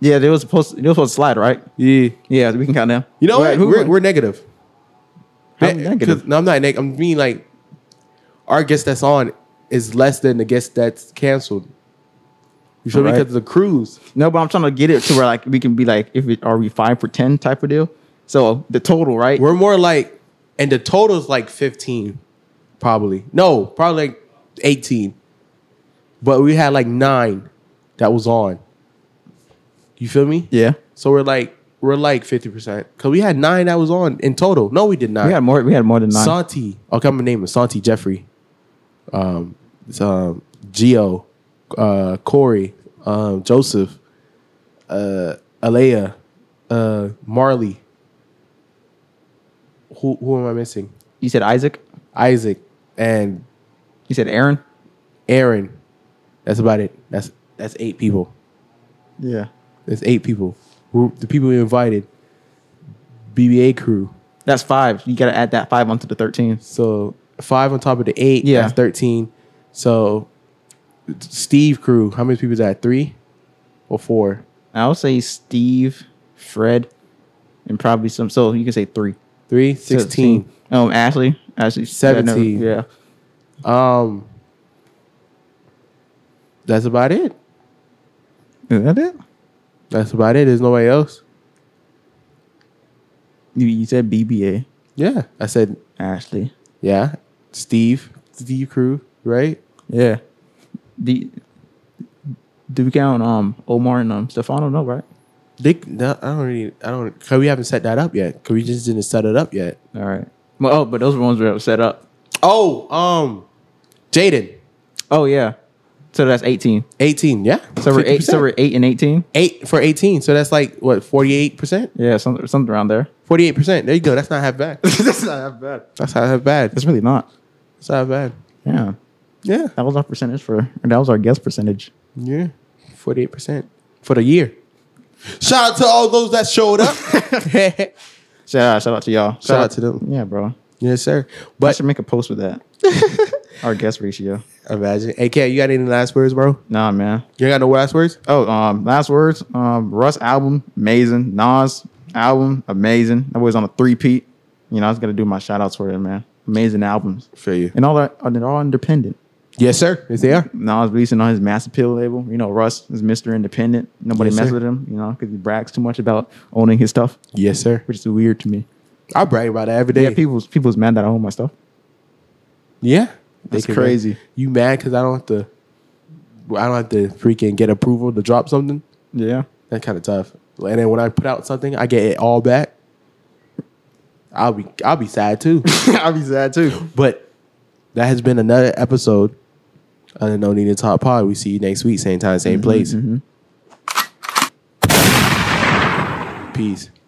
[SPEAKER 2] yeah. They were supposed. They were supposed to slide, right?
[SPEAKER 1] Yeah.
[SPEAKER 2] Yeah, we can count them.
[SPEAKER 1] You know what?
[SPEAKER 2] Wait, who-
[SPEAKER 1] We're, we're negative.
[SPEAKER 2] How
[SPEAKER 1] Yeah,
[SPEAKER 2] negative?
[SPEAKER 1] 'cause- No, I'm not negative. I'm mean like our guest that's on is less than the guest that's canceled. You feel me?
[SPEAKER 2] Alright.
[SPEAKER 1] Because of the cruise.
[SPEAKER 2] No, but I'm trying to get it to where like we can be like, if it, are we five for ten type of deal? So the total, right?
[SPEAKER 1] We're more like, and the total's like 15, probably. No, probably like 18. But we had like nine that was on. You feel me?
[SPEAKER 2] yeah,
[SPEAKER 1] So we're like, we're like 50%. Because we had nine that was on in total. No, we did not.
[SPEAKER 2] we had more. We had more than nine.
[SPEAKER 1] Santi. Okay, I'm gonna name him Santi Jeffrey. Um, it's, um, Gio, uh, Corey, um, Joseph, uh, Alea, uh, Marley. Who who am I missing?
[SPEAKER 2] you said Isaac.
[SPEAKER 1] Isaac and
[SPEAKER 2] You said Aaron.
[SPEAKER 1] Aaron. That's about it. That's that's eight people.
[SPEAKER 2] Yeah,
[SPEAKER 1] That's eight people. Who the people we invited? BBA crew.
[SPEAKER 2] that's five. You got to add that five onto the thirteen.
[SPEAKER 1] So five on top of the eight.
[SPEAKER 2] Yeah.
[SPEAKER 1] That's 13. So Steve crew, how many people is that? Three or four?
[SPEAKER 2] I would say Steve, Fred, and probably some. So you can say three.
[SPEAKER 1] Three? 16.
[SPEAKER 2] Um, Ashley. Ashley. yeah, no,
[SPEAKER 1] Seventeen.
[SPEAKER 2] Yeah.
[SPEAKER 1] Um, that's about it.
[SPEAKER 2] Is that it?
[SPEAKER 1] That's about it. There's nobody else.
[SPEAKER 2] You, you said BBA.
[SPEAKER 1] Yeah. I said,
[SPEAKER 2] Ashley.
[SPEAKER 1] yeah. Steve, Steve crew, right?
[SPEAKER 2] Yeah. The do we count um Omar and um Stefano? No, right?
[SPEAKER 1] They, no, I don't really, I don't, cause we haven't set that up yet. Cause we just didn't set it up yet.
[SPEAKER 2] All right. Well, oh, but those were ones that were set up.
[SPEAKER 1] Oh, um, Jaden,
[SPEAKER 2] Oh yeah. So that's eighteen.
[SPEAKER 1] 18. Yeah.
[SPEAKER 2] So we're eight. So
[SPEAKER 1] 50%.
[SPEAKER 2] we're eight and eighteen.
[SPEAKER 1] eight for 18. So that's like what 48%?
[SPEAKER 2] Yeah, something something around there.
[SPEAKER 1] 48%. There you go. That's not half bad.
[SPEAKER 2] that's not that bad.
[SPEAKER 1] That's not half bad.
[SPEAKER 2] That's really not.
[SPEAKER 1] That's not half bad.
[SPEAKER 2] Yeah.
[SPEAKER 1] Yeah.
[SPEAKER 2] That was our percentage for. Or that was our guess percentage.
[SPEAKER 1] Yeah. 48% for the year. Shout out to all those that showed up. Shout
[SPEAKER 2] Shout out, shout out to y'all. Shout,
[SPEAKER 1] out to them.
[SPEAKER 2] Yeah, bro.
[SPEAKER 1] Yes, sir.
[SPEAKER 2] I
[SPEAKER 1] But
[SPEAKER 2] should make a post with that. our guess ratio.
[SPEAKER 1] imagine. AK, you got any last words, bro?
[SPEAKER 2] Nah, man.
[SPEAKER 1] You ain't got no last words?
[SPEAKER 2] Oh, um, last words. Um, Russ album amazing. Nas album amazing. I was on a three peat. You know, I was gonna do my shout outs for it, man. Amazing albums
[SPEAKER 1] For you.
[SPEAKER 2] and all that. And they're all independent.
[SPEAKER 1] Yes, sir. Yes, they are.
[SPEAKER 2] Nas releasing on his Mass Appeal label. You know, Russ is Mister Independent. Nobody
[SPEAKER 1] Yes,
[SPEAKER 2] messes
[SPEAKER 1] sir.
[SPEAKER 2] with him. You know, because he brags too much about owning his stuff,
[SPEAKER 1] Yes, sir.
[SPEAKER 2] which is weird to me.
[SPEAKER 1] I brag about that every day.
[SPEAKER 2] Yeah, people's people's mad that I own my stuff.
[SPEAKER 1] Yeah. They
[SPEAKER 2] That's
[SPEAKER 1] could-
[SPEAKER 2] crazy.
[SPEAKER 1] You mad because I don't have to I don't have to freaking get approval to drop something?
[SPEAKER 2] Yeah,
[SPEAKER 1] That's kind of tough. And then when I put out something, I get it all back. I'll be I'll be sad too.
[SPEAKER 2] I'll be sad too.
[SPEAKER 1] but that has been another episode of the No Need to Top Pod. We see you next
[SPEAKER 2] Mm-hmm, mm-hmm.
[SPEAKER 1] week, same time, same place. Peace.